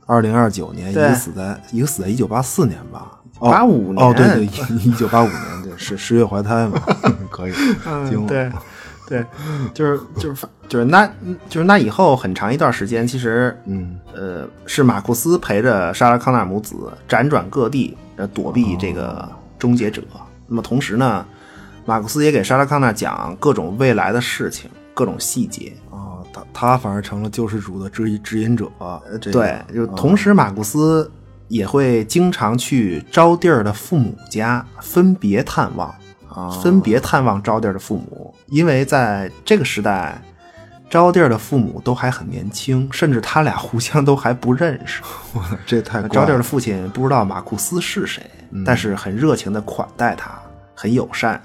E: 二零二九年，一
B: 对
E: 个死在一个死在一九八四年吧。哦
B: 85年
E: 哦，对 对，一九八五年，对，是十月怀胎嘛， 可以，惊
B: 嗯，
E: 了，
B: 对， 对，就是就是反就是那就是那以后很长一段时间，其实
E: 嗯，
B: 呃，是马库斯陪着莎拉康纳母子辗转各地，呃，躲避这个终结者。那么同时呢，马库斯也给莎拉康纳讲各种未来的事情，各种细节。
E: 啊，他他反而成了救世主的指指引者，啊这个嗯
B: 对，就同时马库斯也会经常去招弟儿的父母家分别探望，
E: 啊，
B: 分别探望招弟儿的父母，因为在这个时代，招弟儿的父母都还很年轻，甚至他俩互相都还不认识。
E: 这太怪
B: 招弟儿
E: 了
B: 的父亲不知道马库斯是谁，
E: 嗯
B: 但是很热情的款待他，很友善。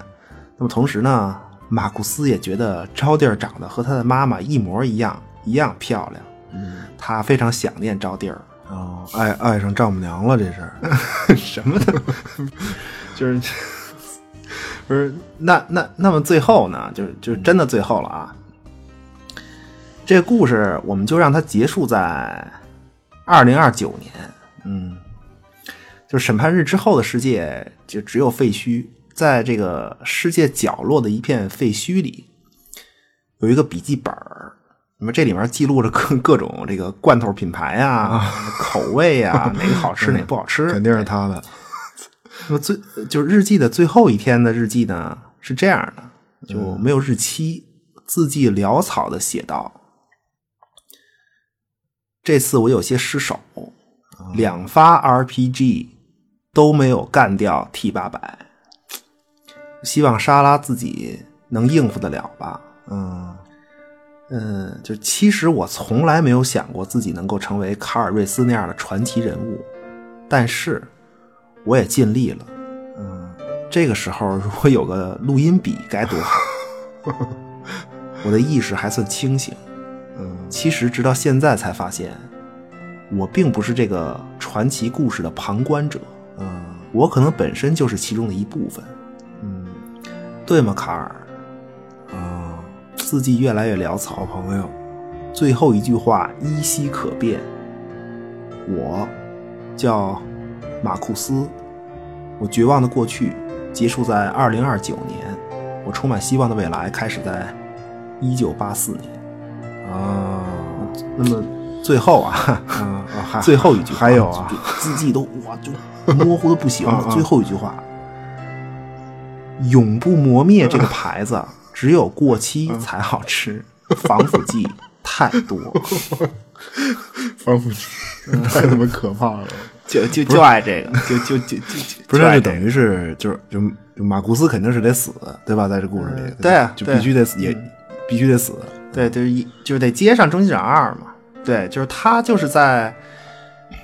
B: 那么同时呢，马库斯也觉得招弟儿长得和他的妈妈一模一样，一样漂亮。
E: 嗯
B: 他非常想念招弟儿，
E: 啊，爱爱上丈母娘了，这是
B: 什么的，就是不是那那那么最后呢，就就真的最后了啊。这个故事我们就让它结束在二零二九年，嗯，就是审判日之后的世界就只有废墟，在这个世界角落的一片废墟里，有一个笔记本儿。那么这里面记录着各各种这个罐头品牌啊、口味啊，哪个好吃，哪个不好吃，
E: 肯定是他的，
B: 那么最就是日记的最后一天的日记呢是这样的，就没有日期，字迹潦草的写道：“这次我有些失手，两发 RPG 都没有干掉 T 八百，希望莎拉自己能应付得了吧。”
E: 嗯，
B: 嗯，就其实我从来没有想过自己能够成为卡尔瑞斯那样的传奇人物，但是我也尽力了。嗯，这个时候如果有个录音笔该多好！ 我的意识还算清醒。嗯，其实直到现在才发现，我并不是这个传奇故事的旁观者。嗯，我可能本身就是其中的一部分。嗯，对吗，卡尔？啊字迹越来越潦草，朋友。最后一句话依稀可辨。我叫马库斯，我绝望的过去结束在二零二九年，我充满希望的未来开始在一九八四年。
E: 啊
B: 那么最后啊，
E: 啊啊，还
B: 最后一句话
E: 还有啊，
B: 就字迹都哇就模糊的不 行
E: 啊
B: 了。
E: 啊
B: 最后一句话，永不磨灭这个牌 子，啊只有过期才好吃，防腐 剂太多，
E: 防腐剂 太他妈可怕了。
B: 就就就爱这个，就就就就就
E: 不
B: 就
E: 是，那
B: 爱
E: 就
B: 这
E: 等
B: 个
E: 于是就是就就马库斯肯定是得死，对吧？在这故事里
B: 嗯，对啊
E: 就
B: 对啊
E: 必须得死，也必须得死。
B: 对，就是一就是得接上《终结者二》嘛，对，就是他就是在，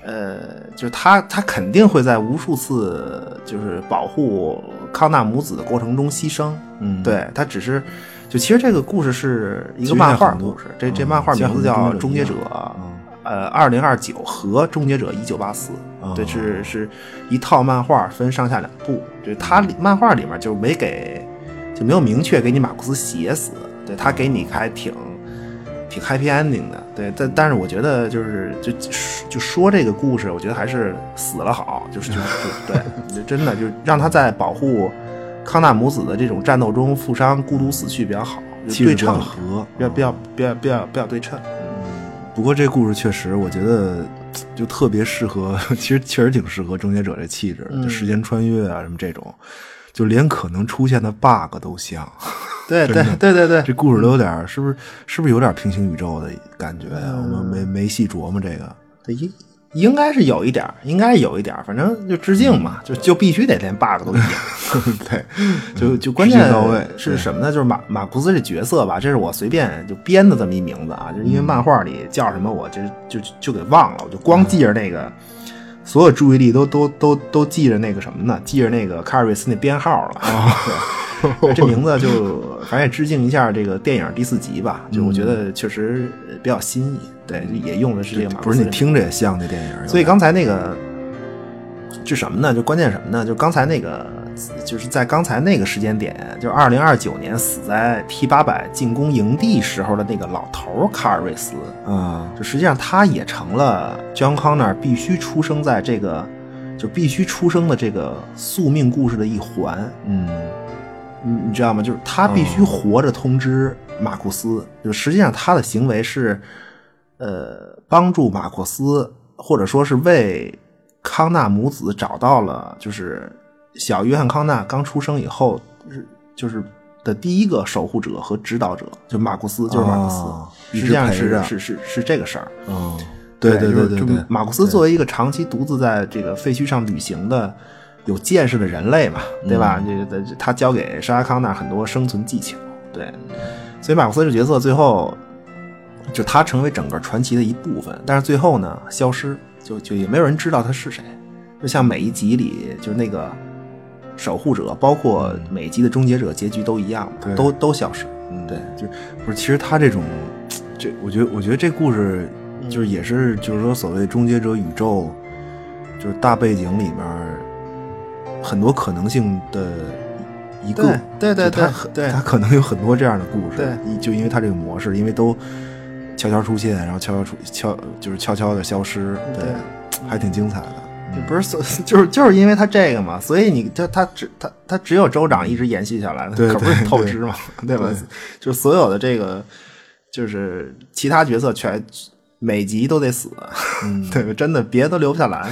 B: 呃，就是他他肯定会在无数次就是保护康纳母子的过程中牺牲，
E: 嗯
B: 对他只是就其实这个故事是一
E: 其
B: 个
E: 实
B: 漫
E: 像
B: 画
E: 很多
B: 故事，这这
E: 嗯
B: 漫画
E: 像
B: 名字
E: 很
B: 叫
E: 多
B: 《
E: 终
B: 终
E: 结
B: 结
E: 者
B: 者
E: 一样嗯》，
B: 呃，二零二九和《终结者一九八四》，对，
E: 哦
B: 是是一套漫画分上下两部，就是它里漫画里面就没给就没有明确给你马库斯写死，对他给你还挺挺 happy ending 的，对，但但是我觉得就是就就说这个故事，我觉得还是死了好，就是就是就对，就真的就让他在保护康纳母子的这种战斗中负伤孤独死去比较好，就
E: 气
B: 对
E: 质比
B: 称
E: 较
B: 好
E: 和。
B: 比较比较比较比较比较对称，
E: 不过这故事确实，我觉得就 嗯特别适合，其实确实挺适合终结者这气质的，就时间穿越啊什么这种。就连可能出现的 bug 都像，
B: 对对
E: 真的
B: 对对对
E: 这故事都有点儿是不是是不是有点平行宇宙的感觉呀？我们没没细琢磨这个，
B: 嗯对，应应该是有一点儿，应该有一点儿，反正就致敬嘛，就就必须得连 bug 都一样。嗯 对，就就关
E: 致敬
B: 键
E: 到位
B: 是什么呢？就是马马库斯这角色吧，这是我随便就编的这么一名字啊，就是因为漫画里叫什么我就就就就给忘了，我就光记着那个。所有注意力都都都都记着那个什么呢？记着那个卡尔瑞斯那编号了。
E: 哦
B: 对这名字就反正也致敬一下这个电影第四集吧，就我觉
E: 嗯
B: 得确实呃比较新颖。对，也用的是这个马库
E: 不
B: 斯这
E: 是你
B: 名字
E: 听着也像这电影儿，
B: 所以刚才那个是什么呢？就关键什么呢？就刚才那个，就是在刚才那个时间点，就二零二九年死在 T 八百进攻营地时候的那个老头儿卡尔瑞斯，
E: 啊，
B: 就实际上他也成了 John Connor 必须出生在这个，就必须出生的这个宿命故事的一环。
E: 嗯
B: 你你知道吗？就是他必
E: 哦
B: 须活着通知马库斯，就实际上他的行为是，呃，帮助马库斯，或者说是为康纳母子找到了，就是小约翰康纳刚出生以后，是就是的第一个守护者和指导者，就马库斯，就是马库斯，
E: 哦一
B: 实
E: 直
B: 际上
E: 陪
B: 是
E: 着
B: 是是是这个事儿。
E: 哦，对
B: 对
E: 对
B: 就是
E: 对
B: 就
E: 对，
B: 马库斯作为一个长期独自在这个废墟上旅行的有见识的人类嘛，对吧？
E: 嗯
B: 这这他教给沙拉康纳很多生存技巧，对，所以马库斯这角色最后就他成为整个传奇的一部分，但是最后呢，消失，就就也没有人知道他是谁。就像每一集里，就是那个守护者，包括每一集的终结者，结局都一样，
E: 对
B: 都都消失。
E: 嗯
B: 对，
E: 就不是，其实他这种，这我觉得，我觉得这故事
B: 嗯
E: 就是也是，就是说所谓终结者宇宙，就是大背景里面很多可能性的一个，
B: 对对对
E: 就它
B: 对
E: 很
B: 对
E: 它可能有很多这样的故事，
B: 对，
E: 就因为它这个模式，因为都悄悄出现，然后悄悄出悄就是悄悄的消失，对，还挺精彩的，
B: 就不是所，就是就是因为他这个嘛，所以你他他只他他只有州长一直延续下来，
E: 对
B: 可不是
E: 对
B: 透支嘛，对吧？就是所有的这个，就是其他角色全每集都得死，
E: 嗯
B: 对吧？真的别都留不下来了。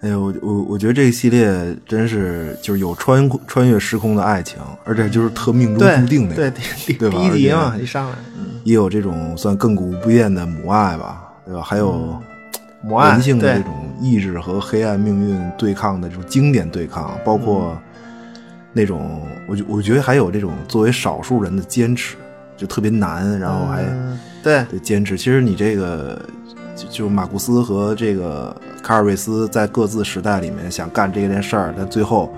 E: 哎呦，我我我觉得这一系列真是就是有穿穿越时空的爱情，而且就是特命中
B: 对
E: 注定那
B: 对
E: 种，
B: 第第
E: 对吧
B: 第一集嘛，
E: 而
B: 一上来，嗯，
E: 也有这种算亘古不变的母爱吧，对吧？还有
B: 魔案
E: 人性的
B: 嗯对
E: 这种意志和黑暗命运对抗的这种经典对抗，包
B: 嗯
E: 括那种我觉我觉得还有这种作为少数人的坚持，就特别难，然后还。
B: 嗯对
E: 对，坚持。其实你这个就就马库斯和这个卡尔瑞斯在各自时代里面想干这件事儿，但最后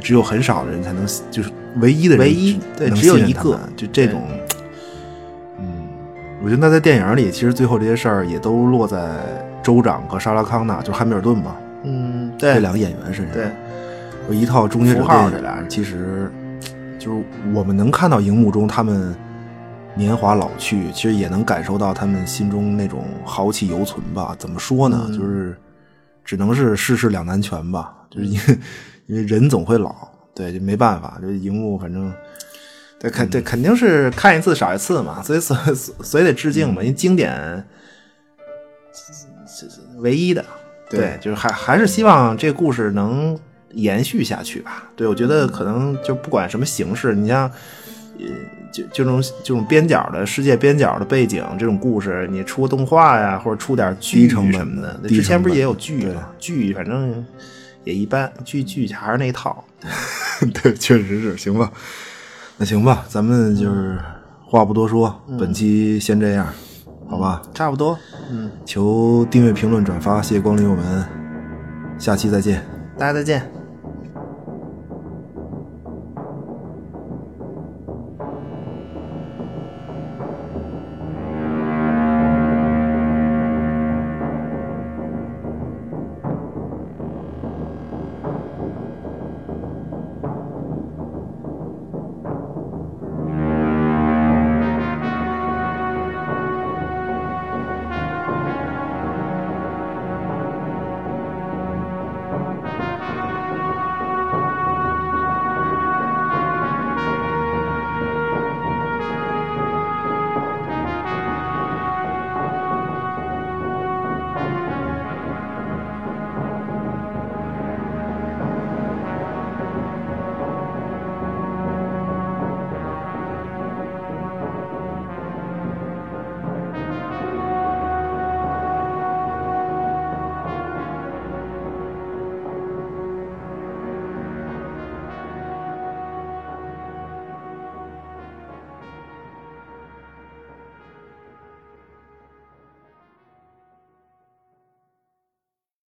E: 只有很少的人才能，就是唯一的人
B: 唯一对
E: 能
B: 只有
E: 信任
B: 一
E: 他
B: 个
E: 们就这种。嗯，我觉得那在电影里，其实最后这些事儿也都落在州长和莎拉康纳，就是汉密尔顿吧，
B: 嗯
E: 这
B: 对
E: 两个演员身上。
B: 对，
E: 我一套终结者
B: 符号
E: 电
B: 这俩
E: 影
B: 人
E: 其实就是我们能看到荧幕中他们年华老去，其实也能感受到他们心中那种豪气犹存吧。怎么说
B: 嗯
E: 呢？就是只能是世事两难全吧，就是
B: 嗯
E: 因为因为人总会老，对，就没办法，就荧幕反正
B: 对，肯对肯定是看一次少一次嘛，所以所以所以得致敬嘛，因为经典是是唯一的，
E: 对
B: 对，就是还还是希望这个故事能延续下去吧。对，我觉得可能就不管什么形式，你像。呃，就就这种这种边角的世界边角的背景，这种故事，你出个动画呀，或者出点剧
E: 低成本
B: 什么的
E: 的。
B: 对
E: 低
B: 之前
E: 成
B: 不是
E: 本
B: 也有
E: 的
B: 剧
E: 对
B: 吗？剧反正也一般，剧剧还是那一套。
E: 对，确实是，行吧，那行吧，咱
B: 嗯
E: 们就是话不多说，本期先这样，好吧？
B: 差不多。嗯
E: 求订阅、评论、转发，谢谢光临我们，下期再见。
B: 大家再见。